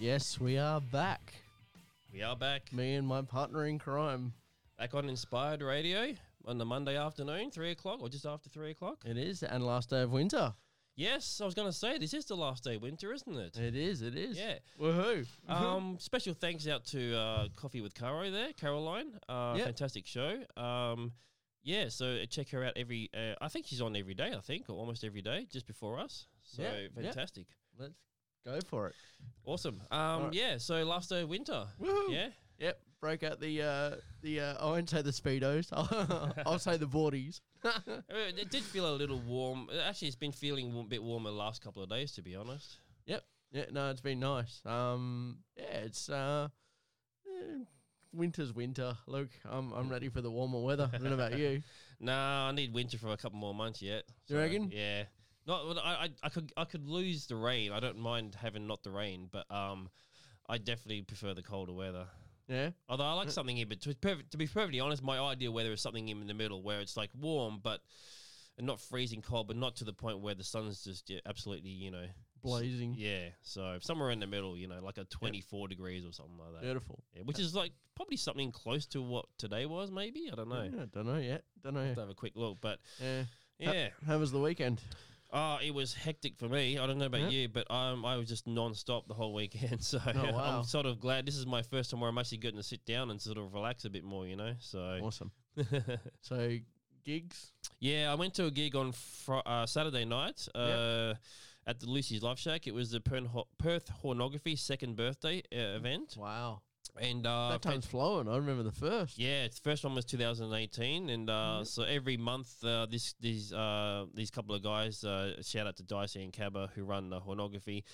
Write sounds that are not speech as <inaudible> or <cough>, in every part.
Yes, we are back. We are back. Me and my partner in crime. Back on Inspired Radio on the Monday afternoon, three o'clock or just after three o'clock. It is, and last day of winter. Yes, I was going to say this is the last day of winter, isn't it? It is, it is. Mm-hmm. Yeah. Woohoo. Um, special thanks out to uh, Coffee with Caro there, Caroline. Uh, Yep. Fantastic show. Um, yeah, so check her out every. Uh, I think she's on every day. I think or almost every day, just before us. So Yeah, yeah. fantastic, Let's go for it. awesome. All Um, right. yeah. So last day of winter. Woohoo. Yeah. Yep. Broke out the, uh, the uh, I won't say the Speedos, <laughs> I'll, I'll say the boardies. Uh, It did feel a little warm. Actually, it's been feeling a bit warmer the last couple of days, to be honest. Yep. Yeah, no, it's been nice. Um, yeah, it's, uh, eh, winter's winter. Look, I'm, I'm ready for the warmer weather. I don't know about <laughs> you. Nah, I need winter for a couple more months yet. You reckon? Yeah. Not. well, I, I. I could. I could lose the rain. I don't mind having not the rain, but um, I definitely prefer the colder weather. Yeah. Although I Mm. like something in between. Perf- To be perfectly honest, my ideal weather is something in the middle where it's like warm but and not freezing cold, but not to the point where the sun's just yeah, absolutely, you know, Blazing. yeah. So somewhere in the middle, you know, like a twenty-four degrees or something like that. Beautiful. Yeah, which is like probably something close to what today was, maybe. I don't know. Yeah, Uh, don't know yet. Don't know. Have to have a quick look, but Yeah. yeah. How, how was the weekend? Oh, it was hectic for me. I don't know about Yeah. Oh, you, but um, I was just non-stop the whole weekend. <laughs> So wow. I'm sort of glad this is my first time where I'm actually getting to sit down and sort of relax a bit more, you know. So Awesome. <laughs> so gigs. <laughs> yeah, I went to a gig on fr- uh, Saturday night uh, at the Lucy's Love Shack. It was the Pern- Ho- Perth Hornography second birthday uh, event, Wow. and uh, That time's flowing. I remember the first. Mm-hmm. Yeah, its first one was 2018, and uh, so every month, uh, this these uh, these couple of guys, uh, shout out to Dicey and Cabba who run the Hornography.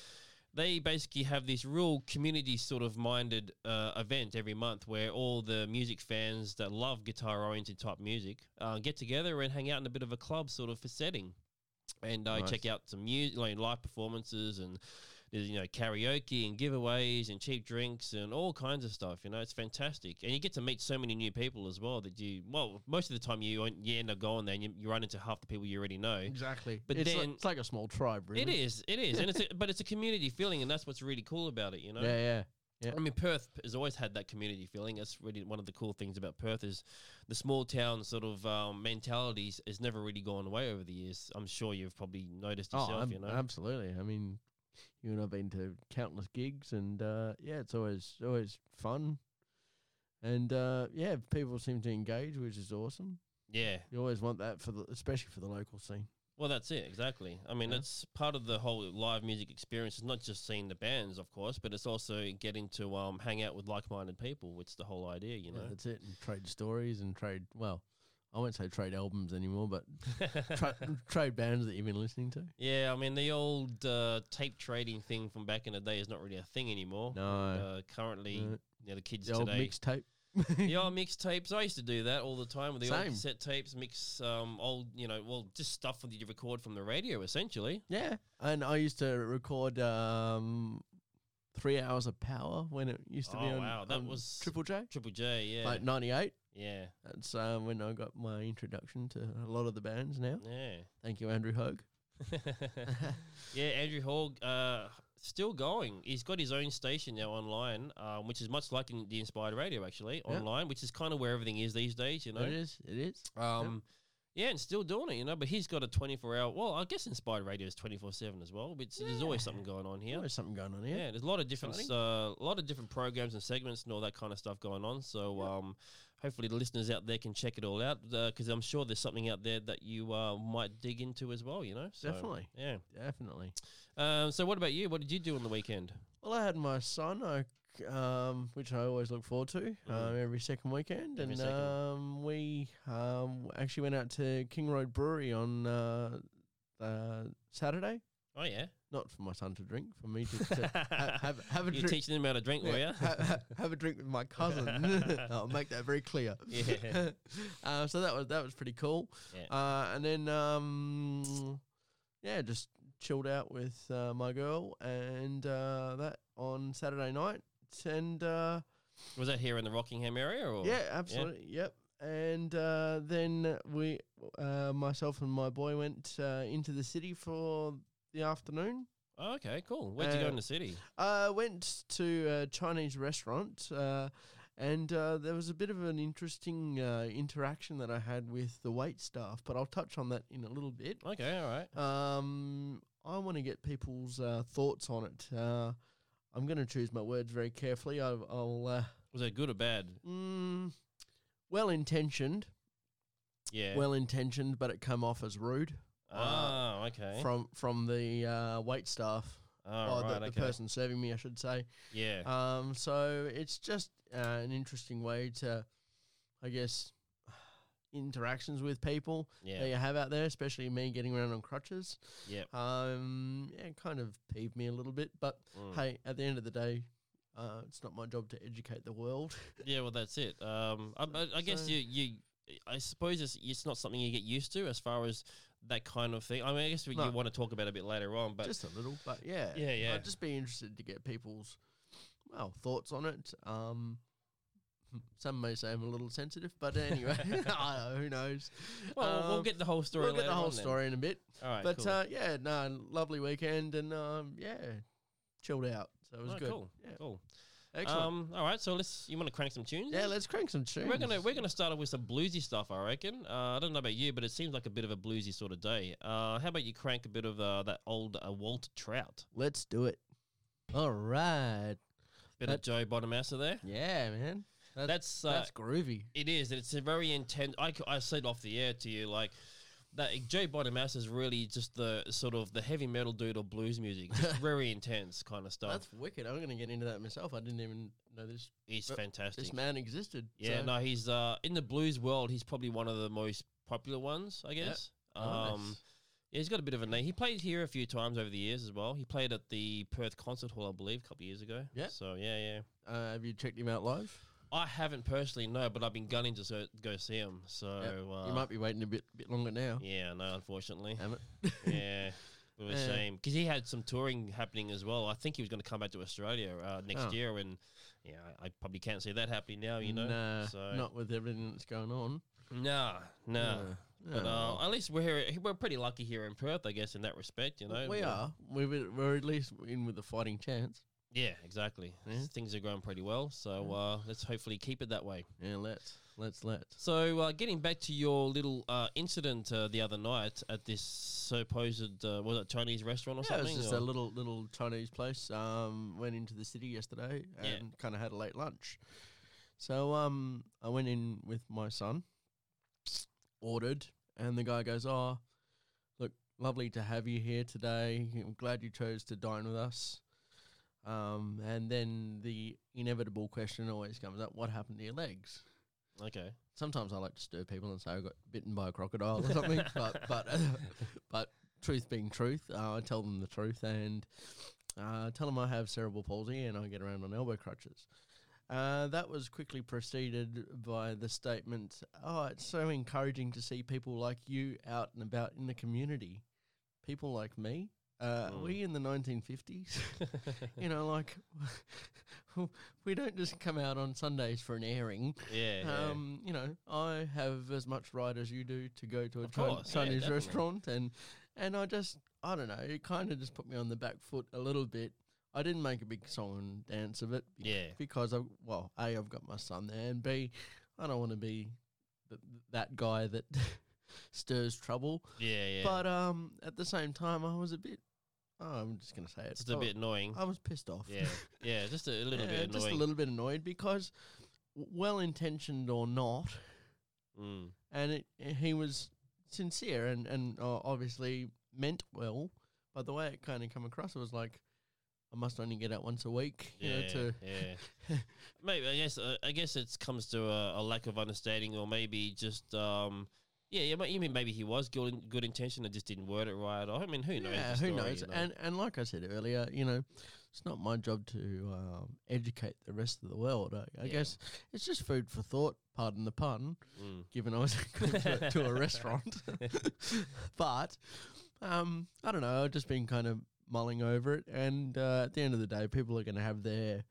They basically have this real community sort of minded uh, event every month where all the music fans that love guitar oriented type music uh, get together and hang out in a bit of a club sort of setting and uh, Nice. check out some music, like live performances, and there's you know karaoke and giveaways and cheap drinks and all kinds of stuff. You know, it's fantastic, and you get to meet so many new people as well. That you well, most of the time you you end up going there and you, you run into half the people you already know. Exactly. But But it's, like, then- it's like a small tribe, really. It is, it is, and it's a, <laughs> but it's a community feeling, and that's what's really cool about it. You know, Yeah, yeah. I mean, Perth has always had that community feeling. That's really one of the cool things about Perth is the small town sort of um, mentality has- has never really gone away over the years. I'm sure you've probably noticed yourself. Oh, ab- you know, absolutely. I mean, you and I've been to countless gigs, and uh, yeah, it's always always fun. And uh, yeah, people seem to engage, which is awesome. yeah. You always want that for the, especially for the local scene. Well, that's it exactly. I mean, Yeah. that's part of the whole live music experience. It's not just seeing the bands, of course, but it's also getting to um, hang out with like-minded people. Which is the whole idea, you Yeah, know. that's it. And trade stories and trade. Well, I won't say trade albums anymore, but <laughs> tra- <laughs> trade bands that you've been listening to. Yeah, I mean, the old uh, tape trading thing from back in the day is not really a thing anymore. No, Uh, currently, No. you know, the kids the old today. <laughs> mixtape. <laughs> the old mixtapes. I used to do that all the time with the Same. old cassette tapes, mix um, old, you know, well, just stuff that you record from the radio, essentially. Yeah, and I used to record um, three hours of power when it used to be Oh, on. wow, that on was- Triple J, Triple J, yeah, like '98. yeah, That's um, when I got my introduction to a lot of the bands. Now, yeah. thank you, Andrew Hogue. <laughs> yeah, Andrew Hall, uh, still going. He's got his own station now online, um, which is much like in the Inspired Radio, actually, Yeah. online, which is kind of where everything is these days, you know. It is. It is. Um, yeah. and still doing it, you know. But he's got a 24 hour, well, I guess Inspired Radio is 24 7 as well, but there's always something going on here. There's something going on here. Yeah, there's a lot of different, Oh, Exciting. uh, a lot of different programs and segments and all that kind of stuff going on. So, um, hopefully, the listeners out there can check it all out because I'm sure there's something out there that you uh, might dig into as well. You know, so, Definitely. yeah. Definitely. Um, so, what about you? What did you do on the weekend? Well, I had my son, I, c- um, which I always look forward to um, every second weekend, Mm. Every and second. Um, we um, actually went out to King Road Brewery on uh, uh, Saturday. Oh yeah, Not for my son to drink, for me to, <laughs> to <laughs> ha- have, have a you're drink. teaching them how to drink, were yeah, you? ha- ha- have a drink with my cousin. <laughs> I'll make that very clear. Yeah. <laughs> uh, so that was that was pretty cool. Yeah. Uh, and then um, yeah, just chilled out with uh, my girl and uh, that on Saturday night. And uh, Was that here in the Rockingham area? Or? yeah, absolutely. Yep. And uh, then we, uh, myself and my boy, went uh, into the city for the afternoon. Oh, Okay, cool. Where'd you go Uh, in the city? uh, went to a Chinese restaurant, uh, and uh, there was a bit of an interesting uh, interaction that I had with the wait staff, but I'll touch on that in a little bit. Okay, all right. Um, I want to get people's uh, thoughts on it. Uh, I'm going to choose my words very carefully. I, I'll, uh, Was it good or bad? mm, well intentioned, Yeah. well intentioned, but it come off as rude ah, okay. from from the uh, wait staff. All or right. the, okay. the person serving me, I should say. yeah. Um, so it's just uh, an interesting way to, I guess, <sighs> interactions with people yeah. that you have out there, especially me getting around on crutches. Yep. Um, yeah, it kind of peeved me a little bit, but mm. hey, at the end of the day, uh, it's not my job to educate the world. <laughs> Yeah, well, that's it. Um, I, I, I guess So- you, you, I suppose it's, it's not something you get used to as far as that kind of thing. I mean, I guess we, No. you want to talk about it a bit later on, but just a little, but yeah, yeah, yeah, I'd just be interested to get people's well thoughts on it. Um, hmm, some may say I'm a little sensitive, but anyway, <laughs> I know, who knows? well, we'll- we'll Um, get the whole story. We'll get later the whole on then. story in a bit. All right, But cool. uh, yeah, no, lovely weekend and um, yeah, chilled out. So it was Oh, good. Cool, Yeah. cool. Excellent. Um, all right, so let's. You want to crank some tunes? yeah, let's crank some tunes. We're gonna we're gonna start off with some bluesy stuff, I reckon. Uh, I don't know about you, but it seems like a bit of a bluesy sort of day. Uh, how about you crank a bit of uh, that old uh, Walt Trout, Let's do it. All right. bit of That- Joe Bonamassa there. Yeah, man. That's That's uh, that's groovy. It is. and It's a very intense. I, c- I said off the air to you, like that. Joe Bonamassa is really just the sort of the heavy metal dude or blues music. <laughs> Just very intense kind of stuff. That's wicked. I'm gonna get into that myself. I didn't even know this he's but fantastic. this man existed. yeah, so- no, he's uh in the blues world. He's probably one of the most popular ones, I guess. Oh, Nice. Um, yeah, he's got a bit of a name. He played here a few times over the years as well. He played at the Perth Concert Hall, I believe, a couple of years ago. Yeah. So yeah, yeah. Uh, have you checked him out live? I haven't personally no, but I've been gunning to so, go see him. So uh, you might be waiting a bit bit longer now. yeah, <laughs> no, unfortunately. Damn it. yeah. It was a Yeah. shame because he had some touring happening as well. I think he was going to come back to Australia uh, next Oh. year, and yeah, I, I probably can't see that happening now. You know, nah, so- not with everything that's going on. nah, nah. No. But No. uh, at least we're here, we're pretty lucky here in Perth, I guess, in that respect. You know, we We're- are. We're, we're at least in with a fighting chance. Yeah, exactly. Yeah. Things are going pretty well, so uh, let's hopefully keep it that way. Yeah, let's let's let's. So, uh, getting back to your little uh, incident uh, the other night at this supposed uh, was it Chinese restaurant or Yeah, it something? was just or- a little little Chinese place. Um, went into the city yesterday and Yeah. kind of had a late lunch. So um, I went in with my son, ordered, and the guy goes, "Oh, look, lovely to have you here today. I'm glad you chose to dine with us." Um, and then the inevitable question always comes up: What happened to your legs? okay. <laughs> Sometimes I like to stir people and say I got bitten by a crocodile or something, but but <laughs> but truth being truth, uh, I tell them the truth and uh, tell them I have cerebral palsy and I get around on elbow crutches. Uh, that was quickly preceded by the statement, "Oh, it's so encouraging to see people like you out and about in the community. People like me. Uh, Mm. Are we in the 1950s? <laughs> you know, like <laughs> we don't just come out on Sundays for an airing." yeah, yeah. Um, you know, I have as much right as you do to go to a Of Chi- course, yeah, Chinese definitely. restaurant, and and I just I don't know, it kind of just put me on the back foot a little bit. I didn't make a big song and dance of it, bec- Yeah. because I well, a I've got my son there, and b I don't want to be th- that guy that <laughs> stirs trouble. yeah, yeah. But um, at the same time, I was a bit. Oh, I'm just gonna say it. It's just a I- bit annoying. I was pissed off. Yeah, yeah, just a little Oh. Yeah, bit annoying. just a little bit annoyed because, well intentioned or not, Mm. and it, he was sincere and and uh, obviously meant well. But the way it kind of come across, it was like, I must only get out once a week, you Yeah, know. To <laughs> yeah. maybe I guess uh, I guess it comes to a, a lack of understanding, or maybe just um, yeah. You might- you mean maybe he was good in, good intention and just didn't word it right, or I mean, who knows? yeah, the who story, knows? you know? And and like I said earlier, you know, it's not my job to um, educate the rest of the world. I, I Yeah. guess it's just food for thought. Pardon the pun. Mm. given I was <laughs> going to, to a <laughs> restaurant. but um, I don't know. I've just been kind of mulling over it, and uh, at the end of the day, people are going to have their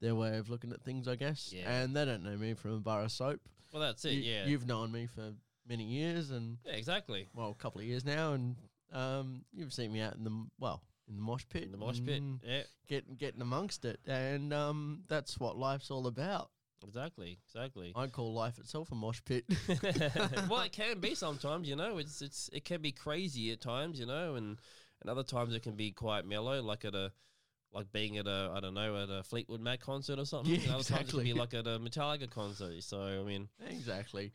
their way of looking at things, I guess. Yeah. And they don't know me from a bar of soap. well, that's it. You- yeah. you've known me for many years, and yeah, exactly. well, a couple of years now, and um, you've seen me out in the m- well. in the mosh pit. in the mosh pit. Mm, Yeah, Getting getting amongst it. And um that's what life's all about. exactly, exactly. I call life itself a mosh pit. <laughs> <laughs> well, it can be sometimes, you know. It's it's it can be crazy at times, you know, and and other times it can be quite mellow, like at a like being at a I don't know at a Fleetwood Mac concert or something. Yeah, and other times it exactly. can be like at a Metallica concert. So I mean, Exactly.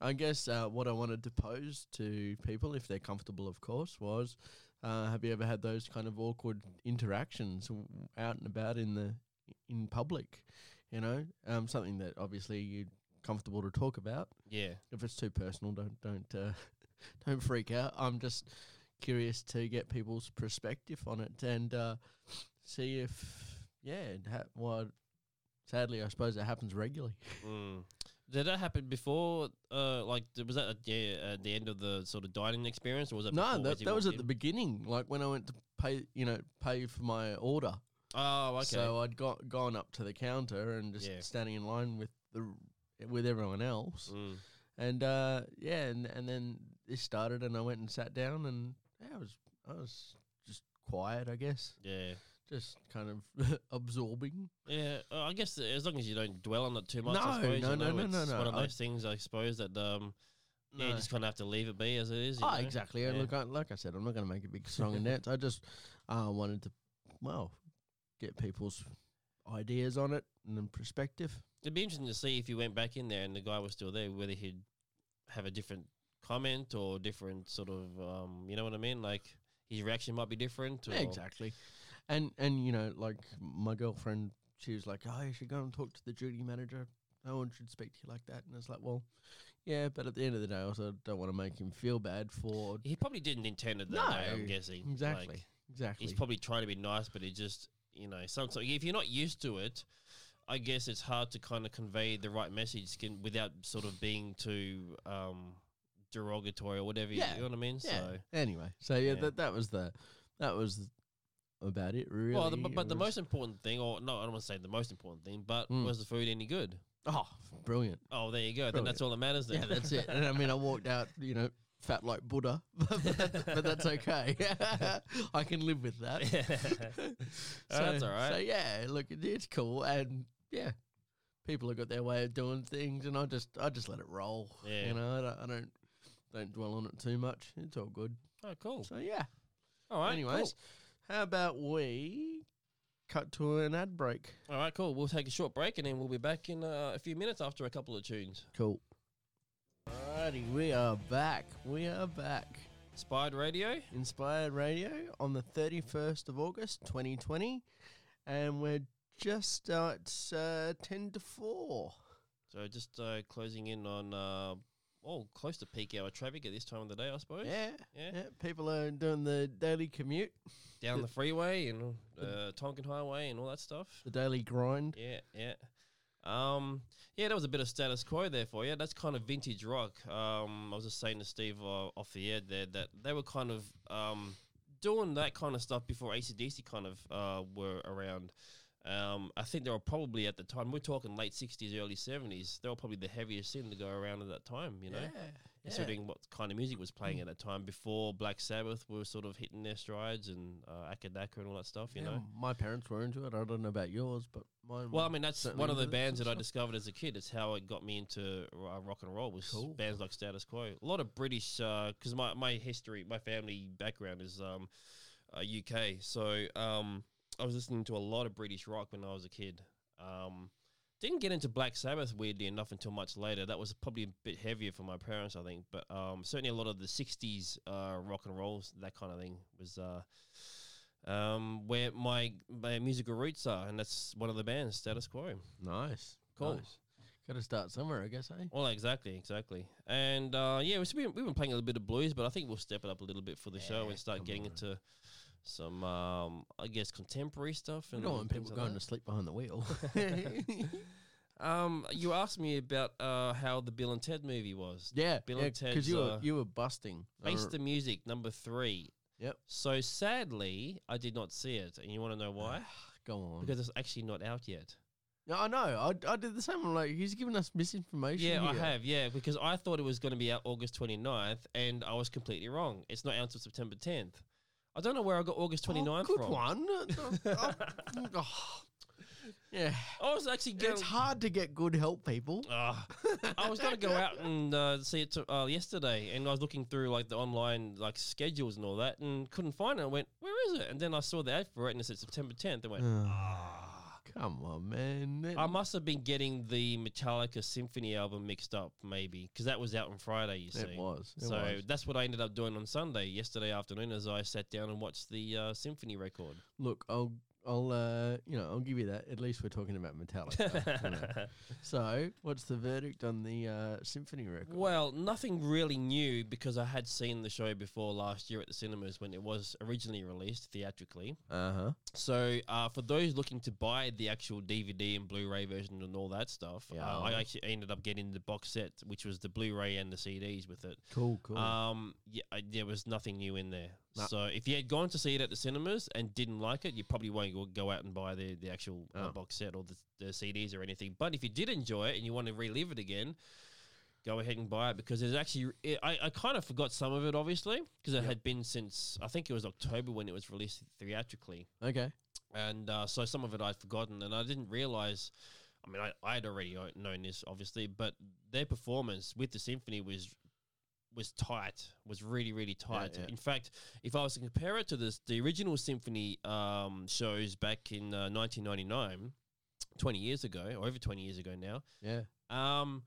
I guess uh, what I wanted to pose to people, if they're comfortable, of course, was uh, have you ever had those kind of awkward interactions w- out and about in the in public? You know, um, something that obviously you're comfortable to talk about. yeah, If it's too personal, don't don't uh, <laughs> don't freak out. I'm just curious to get people's perspective on it and uh, see if yeah, it ha- what. Sadly, I suppose it happens regularly. Mm. Did that happen before? Uh, like, th- was that at the, at the end of the sort of dining experience, or was that No, before that, as you that was walked at the in? beginning, like when I went to pay, you know, pay for my order. oh, okay, So I'd got gone up to the counter and just Yeah. standing in line with the with everyone else, Mm. and uh, yeah, and and then this started, and I went and sat down, and yeah, I was I was just quiet, I guess, yeah, just kind of <laughs> absorbing. yeah. Uh, I guess as long as you don't dwell on it too much, No, I suppose, no, no, you know, no, no, it's no. One of I- those things, I suppose, that um, yeah, you No. just kind of have to leave it be as it is. you Ah, know? exactly. And Yeah. look, I, like I said, I'm not going to make a big song <laughs> and dance. I just uh, wanted to, well, get people's ideas on it and then perspective. It'd be interesting to see if you went back in there and the guy was still there, whether he'd have a different comment or different sort of, um, you know what I mean? Like his reaction might be different. Or, Yeah, exactly. And and you know, like my girlfriend, she was like, "Oh, you should go and talk to the duty manager. No one should speak to you like that." And it's like, well, yeah, but at the end of the day, I also don't want to make him feel bad for He probably didn't intend it that No, way, I'm guessing. exactly, Like, exactly. he's probably trying to be nice, but he just, you know, sometimes if you're not used to it, I guess it's hard to kind of convey the right message can, without sort of being too um, derogatory or whatever. Yeah, You know what I mean? yeah. So. anyway, so yeah, Yeah. that that was the that was about it. Really, Well, the, but, It but the was- most important thing, or no, I don't want to say the most important thing, but Mm. was the food any good? oh, brilliant. Oh, there you go. Then that's all that matters. Then. Yeah, that's it. And I mean, I walked out, you know, fat like Buddha, <laughs> but, that's- but that's okay. <laughs> I can live with that. <laughs> Yeah. Oh, that's all right. So yeah, look, it- it's cool, and yeah, people have got their way of doing things, and I just, I just let it roll. Yeah. You know, I don't, I don't, don't dwell on it too much. It's all good. <laughs> oh, cool. So yeah. All right. Anyways, how about we cut to an ad break? cool. all right, cool. We'll take a short break and then we'll be back in uh, a few minutes after a couple of tunes. Cool. Alrighty, we are back. We are back. Spied Radio. Inspired Radio on the 31st of August 2020, and we're just at uh, 10 to 4. So just uh, closing in on uh, oh, close to peak hour traffic at this time of the day, I suppose. Yeah, Yeah. yeah, people are doing the daily commute, Down the freeway and uh, Tonkin Highway and all that stuff. the daily grind. Yeah, yeah. Um, yeah, that was a bit of status quo there for you. That's kind of vintage rock. Um, I was just saying to Steve uh, off the air there that they were kind of um, doing that kind of stuff before ACDC kind of uh, were around. Um, I think they were probably at the time, we're talking late 60s, early 70s, they were probably the heaviest thing to go around at that time, you know? Considering what kind of music was playing at that time before Black Sabbath were sort of hitting their strides and uh, Akadaka and all that stuff, you Yeah, know? my parents were into it. I don't know about yours, but mine. Well, um, were I mean, that's certainly one of into the that bands sort that I of stuff. discovered as a kid. It's how it got me into uh, rock and roll was Cool. bands like Status Quo. A lot of British, because my, my history, my family background is um, uh, UK. So um, I was listening to a lot of British rock when I was a kid. Um, didn't get into Black Sabbath, weirdly enough, until much later. That was probably a bit heavier for my parents, I think. But um, certainly a lot of the 60s uh, rock and rolls, that kind of thing, was uh, um, where my, my musical roots are. And that's one of the bands, Status Quo. nice, Cool. nice. Got to start somewhere, I guess, eh? Well, exactly, exactly. And uh, yeah, we've been, we've been playing a little bit of blues, but I think we'll step it up a little bit for the show Yeah, and start come getting on. into some, um, I guess, contemporary stuff. I And don't want things people like going that. to sleep behind the <laughs> wheel. <laughs> Um, you asked me about uh, how the Bill and Ted movie was. yeah, Bill and because you Ted's, were uh, you were busting. I Face re- the Music, number three. Yep. So sadly, I did not see it, and you want to know why? <sighs> Go on. because it's actually not out yet. No, I know. I, I did the same. I'm like, he's giving us misinformation. Yeah, I here. have. Yeah, because I thought it was going to be out August 29th, and I was completely wrong. It's not out until September 10th. I don't know where I got August oh, 29th good from. <laughs> one. Uh, uh, oh. yeah, I was actually going. it's hard to get good help, people. Ah, I was going to <laughs> go out and uh, see it to, uh, yesterday, and I was looking through like the online like schedules and all that, and couldn't find it. I went, "Where is it?" And then I saw the ad for it, and it said September 10th. I <laughs> went, Ah, come on, man. That- I must have been getting the Metallica Symphony album mixed up, maybe, because that was out on Friday, you see. it was. It so was. that's what I ended up doing on Sunday, yesterday afternoon, as I sat down and watched the uh, symphony record. <laughs> Look, I'll, I'll, uh, you know, I'll give you that. At least we're talking about Metallica. you <laughs> know. So, what's the verdict on the uh, symphony record? well, nothing really new because I had seen the show before last year at the cinemas when it was originally released theatrically. Uh huh. So, uh, for those looking to buy the actual DVD and Blu-ray version and all that stuff, Yeah. uh, I actually ended up getting the box set, which was the Blu-ray and the CDs with it. Cool, cool. Um, yeah, I- there was nothing new in there. No. So if you had gone to see it at the cinemas and didn't like it, you probably won't go- go out and buy the, the actual uh, Oh. box set or the, the CDs or anything. But if you did enjoy it and you want to relive it again, go ahead and buy it because there's actually it, I, I kind of forgot some of it obviously because it Yep. had been since I think it was October when it was released theatrically, okay. and uh, so some of it I'd forgotten and I didn't realize. I mean, I, I'd already o- known this, obviously, but their performance with the symphony was was tight, was really, really tight. yeah. In fact, if I was to compare it to this, the original symphony um, shows back in uh, 1999, 20 years ago, or over 20 years ago now, Yeah. um,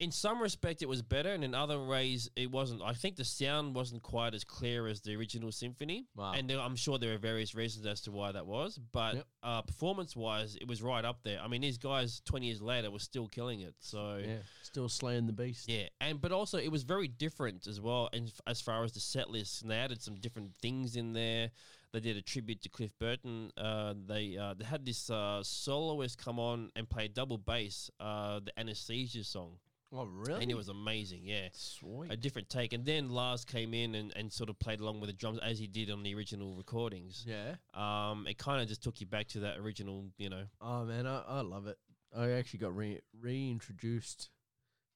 in some respect, it was better, and in other ways, it wasn't. I think the sound wasn't quite as clear as the original symphony, Wow. and there, I'm sure there are various reasons as to why that was. But Uh, Yep. uh, performance-wise, it was right up there. I mean, these guys 20 years later were still killing it. So yeah. Still slaying the beast. yeah, and but also it was very different as well, and f- as far as the set list, and they added some different things in there. They did a tribute to Cliff Burton. Uh, they uh, they had this uh, soloist come on and play double bass, uh, the Anesthesia song, Oh, really? and it was amazing. Yeah, sweet. a different take. And then Lars came in and, and sort of played along with the drums as he did on the original recordings. yeah. Um, it kind of just took you back to that original, you know. Oh man, I, I love it. I actually got re- reintroduced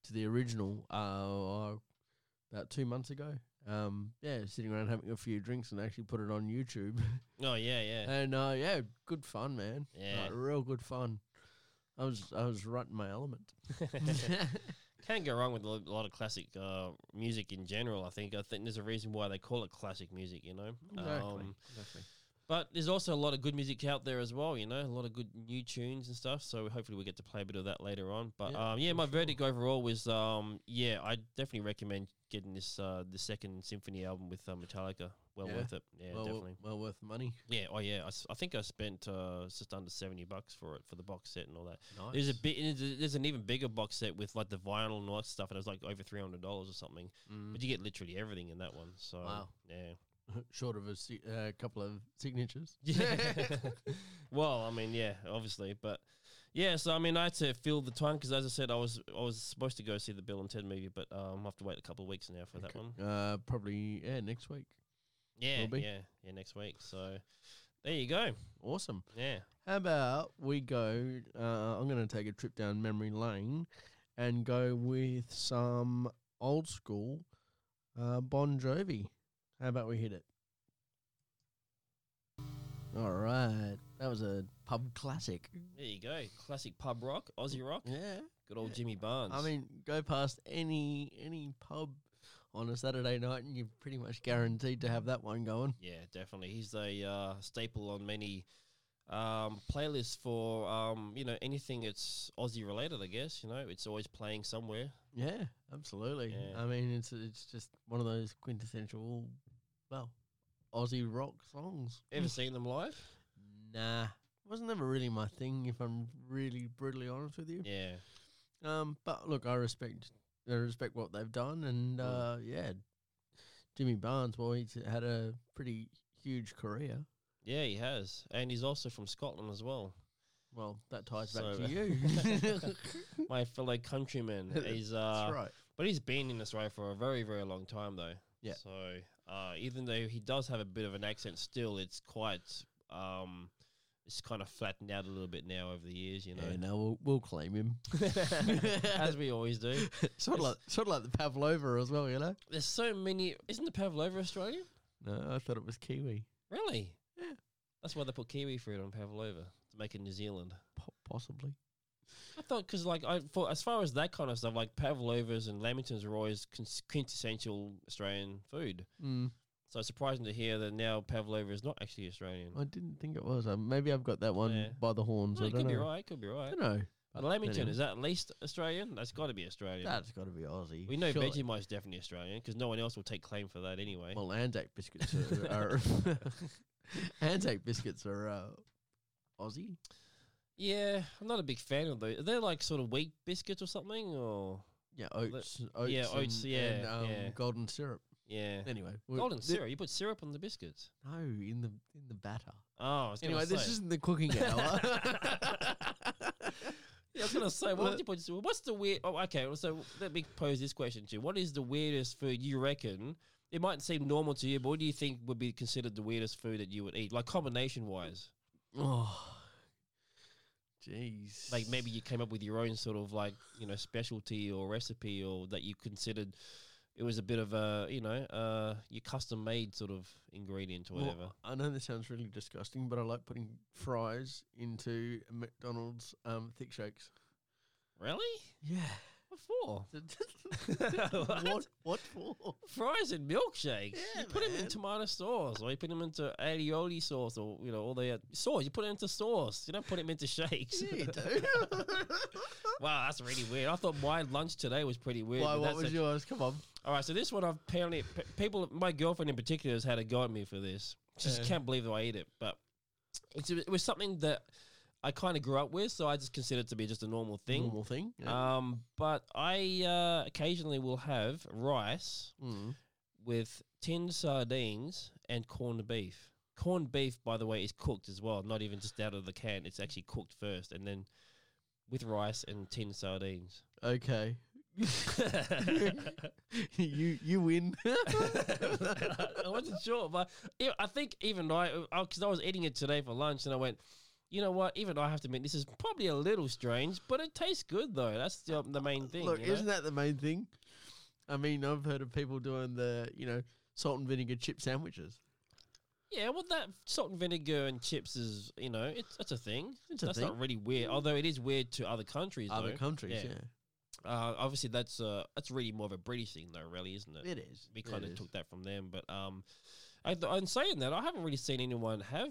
to the original uh, about two months ago. Um, yeah, sitting around having a few drinks and actually put it on YouTube. <laughs> Oh yeah, yeah, and uh, yeah, good fun, man. Yeah. Like, real good fun. I was I was right in my <laughs> element. Um, <laughs> Can't go wrong with a lo- lot of classic uh, music in general. I think. I think there's a reason why they call it classic music. You know. Um, exactly. but there's also a lot of good music out there as well. You know, a lot of good new tunes and stuff. So hopefully we get to play a bit of that later on. But Yeah, yeah, um, yeah for my sure. verdict overall was um, yeah, I definitely recommend getting this uh, the second symphony album with uh, Metallica. Well Yeah. worth it. Yeah, well, definitely. well worth the money. Yeah. Oh yeah. I, s- I think I spent uh, just under seventy bucks for it for the box set and all that. Nice. There's a bit. There's there's an even bigger box set with like the vinyl and all that stuff, and it was like over three hundred dollars or something. Mm. But you get literally everything in that one. So Wow. yeah. <laughs> short of a si- uh, couple of signatures. Yeah. <laughs> well, I mean, yeah, obviously, but yeah. So I mean, I had to fill the time because, as I said, I was I was supposed to go see the Bill and Ted movie, but um, I have to wait a couple of weeks now for that one. uh, probably yeah next week. Yeah, Will be. yeah, yeah. Next week. So there you go. Awesome. Yeah. How about we go? Uh, I'm going to take a trip down memory lane and go with some old school uh, Bon Jovi. How about we hit it? All right. That was a pub classic. There you go. Classic pub rock, Aussie rock. Yeah. Good old Yeah. Jimmy Barnes. I mean, go past any any pub on a Saturday night and you're pretty much guaranteed to have that one going. Yeah, definitely. He's a uh, staple on many um, playlists for um, you know anything that's Aussie related. I guess you know it's always playing somewhere. Yeah, absolutely. Yeah. I mean, it's it's just one of those quintessential, well, Aussie rock songs. Ever seen them live? Nah, wasn't ever really my thing. If I'm really brutally honest with you, Yeah, um, but look, I respect I respect what they've done, and Mm. uh, yeah, Jimmy Barnes, well, he's had a pretty huge career. yeah, he has, and he's also from Scotland <laughs> as well. Well, that ties back <laughs> So- to you. My fellow countryman. He's <laughs> uh, That's right. but he's been in Australia for a very, very long time though. Yeah. So uh, even though he does have a bit of an accent, still it's quite um, it's kind of flattened out a little bit now over the years. You know. Yeah, no, we'll, we'll claim <laughs> him. <laughs> As we always do. sort of like sort of like the Pavlova as well, you know. There's so many. Isn't the Pavlova Australian? No, I thought it was Kiwi. Really? Yeah. That's why they put kiwi fruit on pavlova to make it New Zealand. Po- possibly. I thought because like I for as far as that kind of stuff, like pavlovas and lamingtons are always cons- quintessential Australian food. Mm, So it's surprising to hear that now pavlova is not actually Australian. I didn't think it was. Uh, maybe I've got that one Yeah. by the horns. No, I it don't could know. be right. Could be I right. don't know. But lamington anyway. is that at least Australian? That's got to be Australian. That's got to be Aussie. we know surely. Vegemite's definitely Australian because no one else will take claim for that anyway. Well, Anzac biscuits <laughs> are, are <laughs> Anzac biscuits are uh, Aussie. yeah, I'm not a big fan of those. They're like sort of wheat biscuits or something, or Yeah, oats, oats, yeah, oats, and, yeah, and, um, yeah. golden syrup. yeah, Anyway, we- golden thi- syrup. You put syrup on the biscuits. No, in the in the batter. Oh, I was gonna Anyway, this say. isn't the <laughs> cooking hour. <laughs> Yeah, I was gonna say, what Well- <laughs> would you put- what's the weird? Oh, okay. well, So let me pose this question to you: What is the weirdest food you reckon? It might seem normal to you, but what do you think would be considered the weirdest food that you would eat, like combination wise? oh, jeez. Like maybe you came up with your own sort of like you know specialty or recipe, or that you considered it was a bit of a you know uh, your custom made sort of ingredient or Well, whatever. I know this sounds really disgusting, but I like putting fries into McDonald's um, thick shakes. really? Yeah. What for? what? What? <laughs> what? <laughs> What for? Fries and milkshakes. Yeah, you put them in man. tomato sauce, or you put them into aioli sauce, or you know all the uh, sauce. You put it into sauce. You don't put them into shakes. <laughs> Yeah, you <laughs> do. wow, that's really weird. I thought my lunch today was pretty weird. Why? but What that's was a- yours? Come on. all right, so this one I've apparently p- people, my girlfriend in particular, has had a go at me for this. She just Yeah. can't believe that I eat it, but it's, it was something that I kind of grew up with, so I just consider it to be just a normal thing. Normal thing. Uh, Yeah. Um, but I uh, occasionally will have rice Mm. with tin sardines and corned beef. Corned beef, by the way, is cooked as well, not even just out of the can. It's actually cooked first and then with rice and tin sardines. <laughs> <laughs> Okay. you you <laughs> win. I wasn't sure, but e- I think even I, because I, was eating it today for lunch and I went, you know what? Even I have to admit, this is probably a little strange, but it tastes good though. That's the, the main thing. Look, you know? isn't that the main thing? I mean, I've heard of people doing the you know salt and vinegar chip sandwiches. Yeah, well, that salt and vinegar and chips is, you know, it's that's a thing. It's a that's not thing. really weird, although it is weird to other countries. Other though. countries, yeah. yeah. uh, obviously, that's uh, that's really more of a British thing, though, really, isn't it? It is. we it kind of is. took that from them, but um, I, th- I'm saying that I haven't really seen anyone have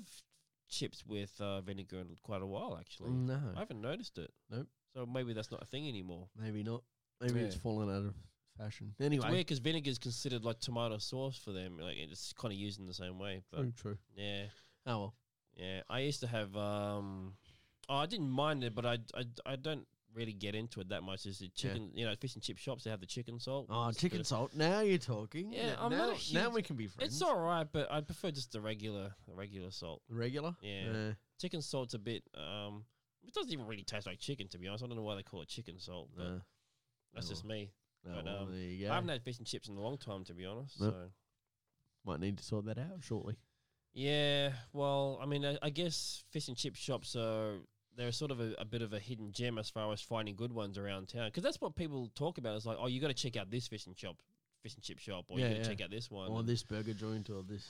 chips with uh, vinegar in quite a while. Actually, No, I haven't noticed it. Mm. Nope. So maybe that's not a thing anymore. maybe not. Maybe Yeah. it's fallen out of fashion. It's Anyway, weird because vinegar is considered like tomato sauce for them. Like it's kind of used in the same way, but true, true. yeah. Oh well. Yeah, I used to have. Um, oh, I didn't mind it, but I, I, I don't really get into it that much. Is the chicken? You know, fish and chip shops they have the chicken salt. Oh, It's a bit chicken of- salt. Now you're talking. Yeah, Now, I'm now, not a now huge- we can be friends. It's all right, but I prefer just the regular, the regular salt. regular. Yeah. Uh, Chicken salt's a bit. Um, it doesn't even really taste like chicken, to be honest. I don't know why they call it chicken salt, but no, that's just me. no, but, Oh, well, um, there you go. I haven't had fish and chips in a long time, to be honest. Nope. So Might need to sort that out shortly. yeah, well, I mean, I, I guess fish and chip shops are they're sort of a, a bit of a hidden gem as far as finding good ones around town because that's what people talk about. It's like, oh, you got to check out this fish and chop, fish and chip shop, or Yeah, you got to yeah. check out this one. Or this burger joint, or this.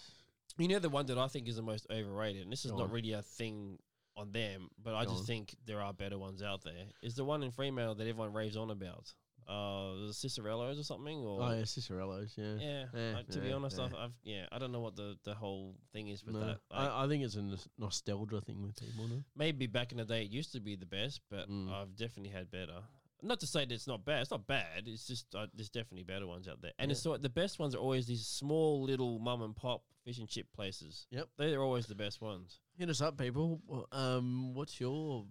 you know, the one that I think is the most overrated, and this is Go not on. really a thing on them, but I Go just on. think there are better ones out there. Is the one in Fremantle that everyone raves on about, uh, Cicerellos or something, or Oh yeah, Cicerellos. Yeah. Yeah, Yeah, I- to be yeah, honest, yeah. I've, I've yeah, I don't know what the, the whole thing is with No, that. Like, I, I think it's a nos- nostalgia thing with people. No? maybe back in the day it used to be the best, but Mm. I've definitely had better. Not to say that it's not bad. It's not bad. It's just uh, there's definitely better ones out there, and Yeah. it's sort the best ones are always these small little mum and pop fish and chip places. Yep. they're always the best ones. Hit us up, people. Wha- Um, what's your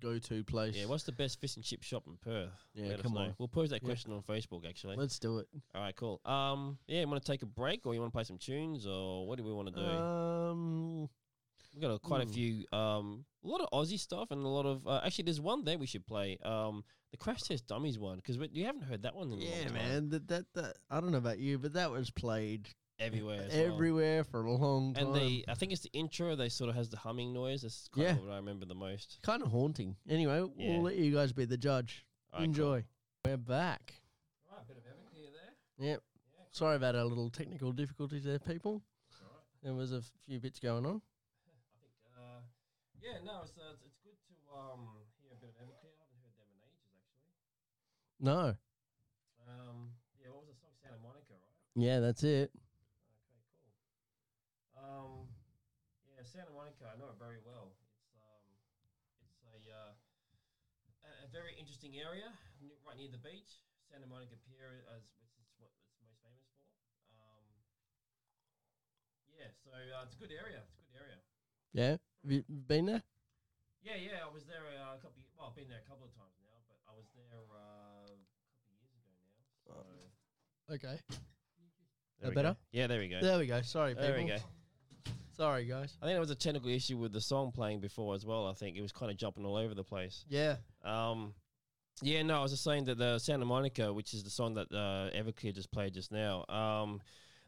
go-to place? Yeah, what's the best fish and chip shop in Perth? Yeah, Let us come know. on. We'll post that Yeah. question on Facebook actually. Let's do it. All right, cool. Um, yeah, you want to take a break, or you want to play some tunes, or what do we want to do? Uh, Um, We got a, quite a Hmm. few, um, a lot of Aussie stuff, and a lot of uh, actually. There's one there we should play, um, the Crash Test Dummies one, because you haven't heard that one in a long yeah, time. man. That, that that I don't know about you, but that was played everywhere, as well. everywhere for a long time. And the I think it's the intro. They sort of has the humming noise. That's kind Yeah. of what I remember the most. kind of haunting. Anyway, Yeah. we'll let you guys be the judge. All right, Enjoy. We're back. Cool. Yep. Sorry about our little technical difficulties there, people. There was a f- few bits going on. I think, uh, yeah, no, it's, uh, it's good to um, hear a bit of Everclear. I haven't heard them in ages, actually. No. Um, yeah, what was the song? Santa Monica, right? Yeah, that's it. Okay, cool. Um, yeah, Santa Monica, I know it very well. It's um, it's a uh, a, a very interesting area ne- right near the beach. Santa Monica Pier, is, is- which is what it's most famous for. Um, yeah, so uh, it's a good area. It's a good area. Yeah. Have you been there? Yeah, yeah, I was there uh, a couple. Of, well, I've been there a couple of times now, but I was there uh, a couple of years ago now. So. Oh. Okay. There we better? go. Yeah, there we go. There we go. Sorry, people. There we go. Sorry, guys. I think there was a technical issue with the song playing before as well. I think it was kind of jumping all over the place. Yeah. Um, yeah, no, I was just saying that the Santa Monica, which is the song that uh, Everclear just played just now, um,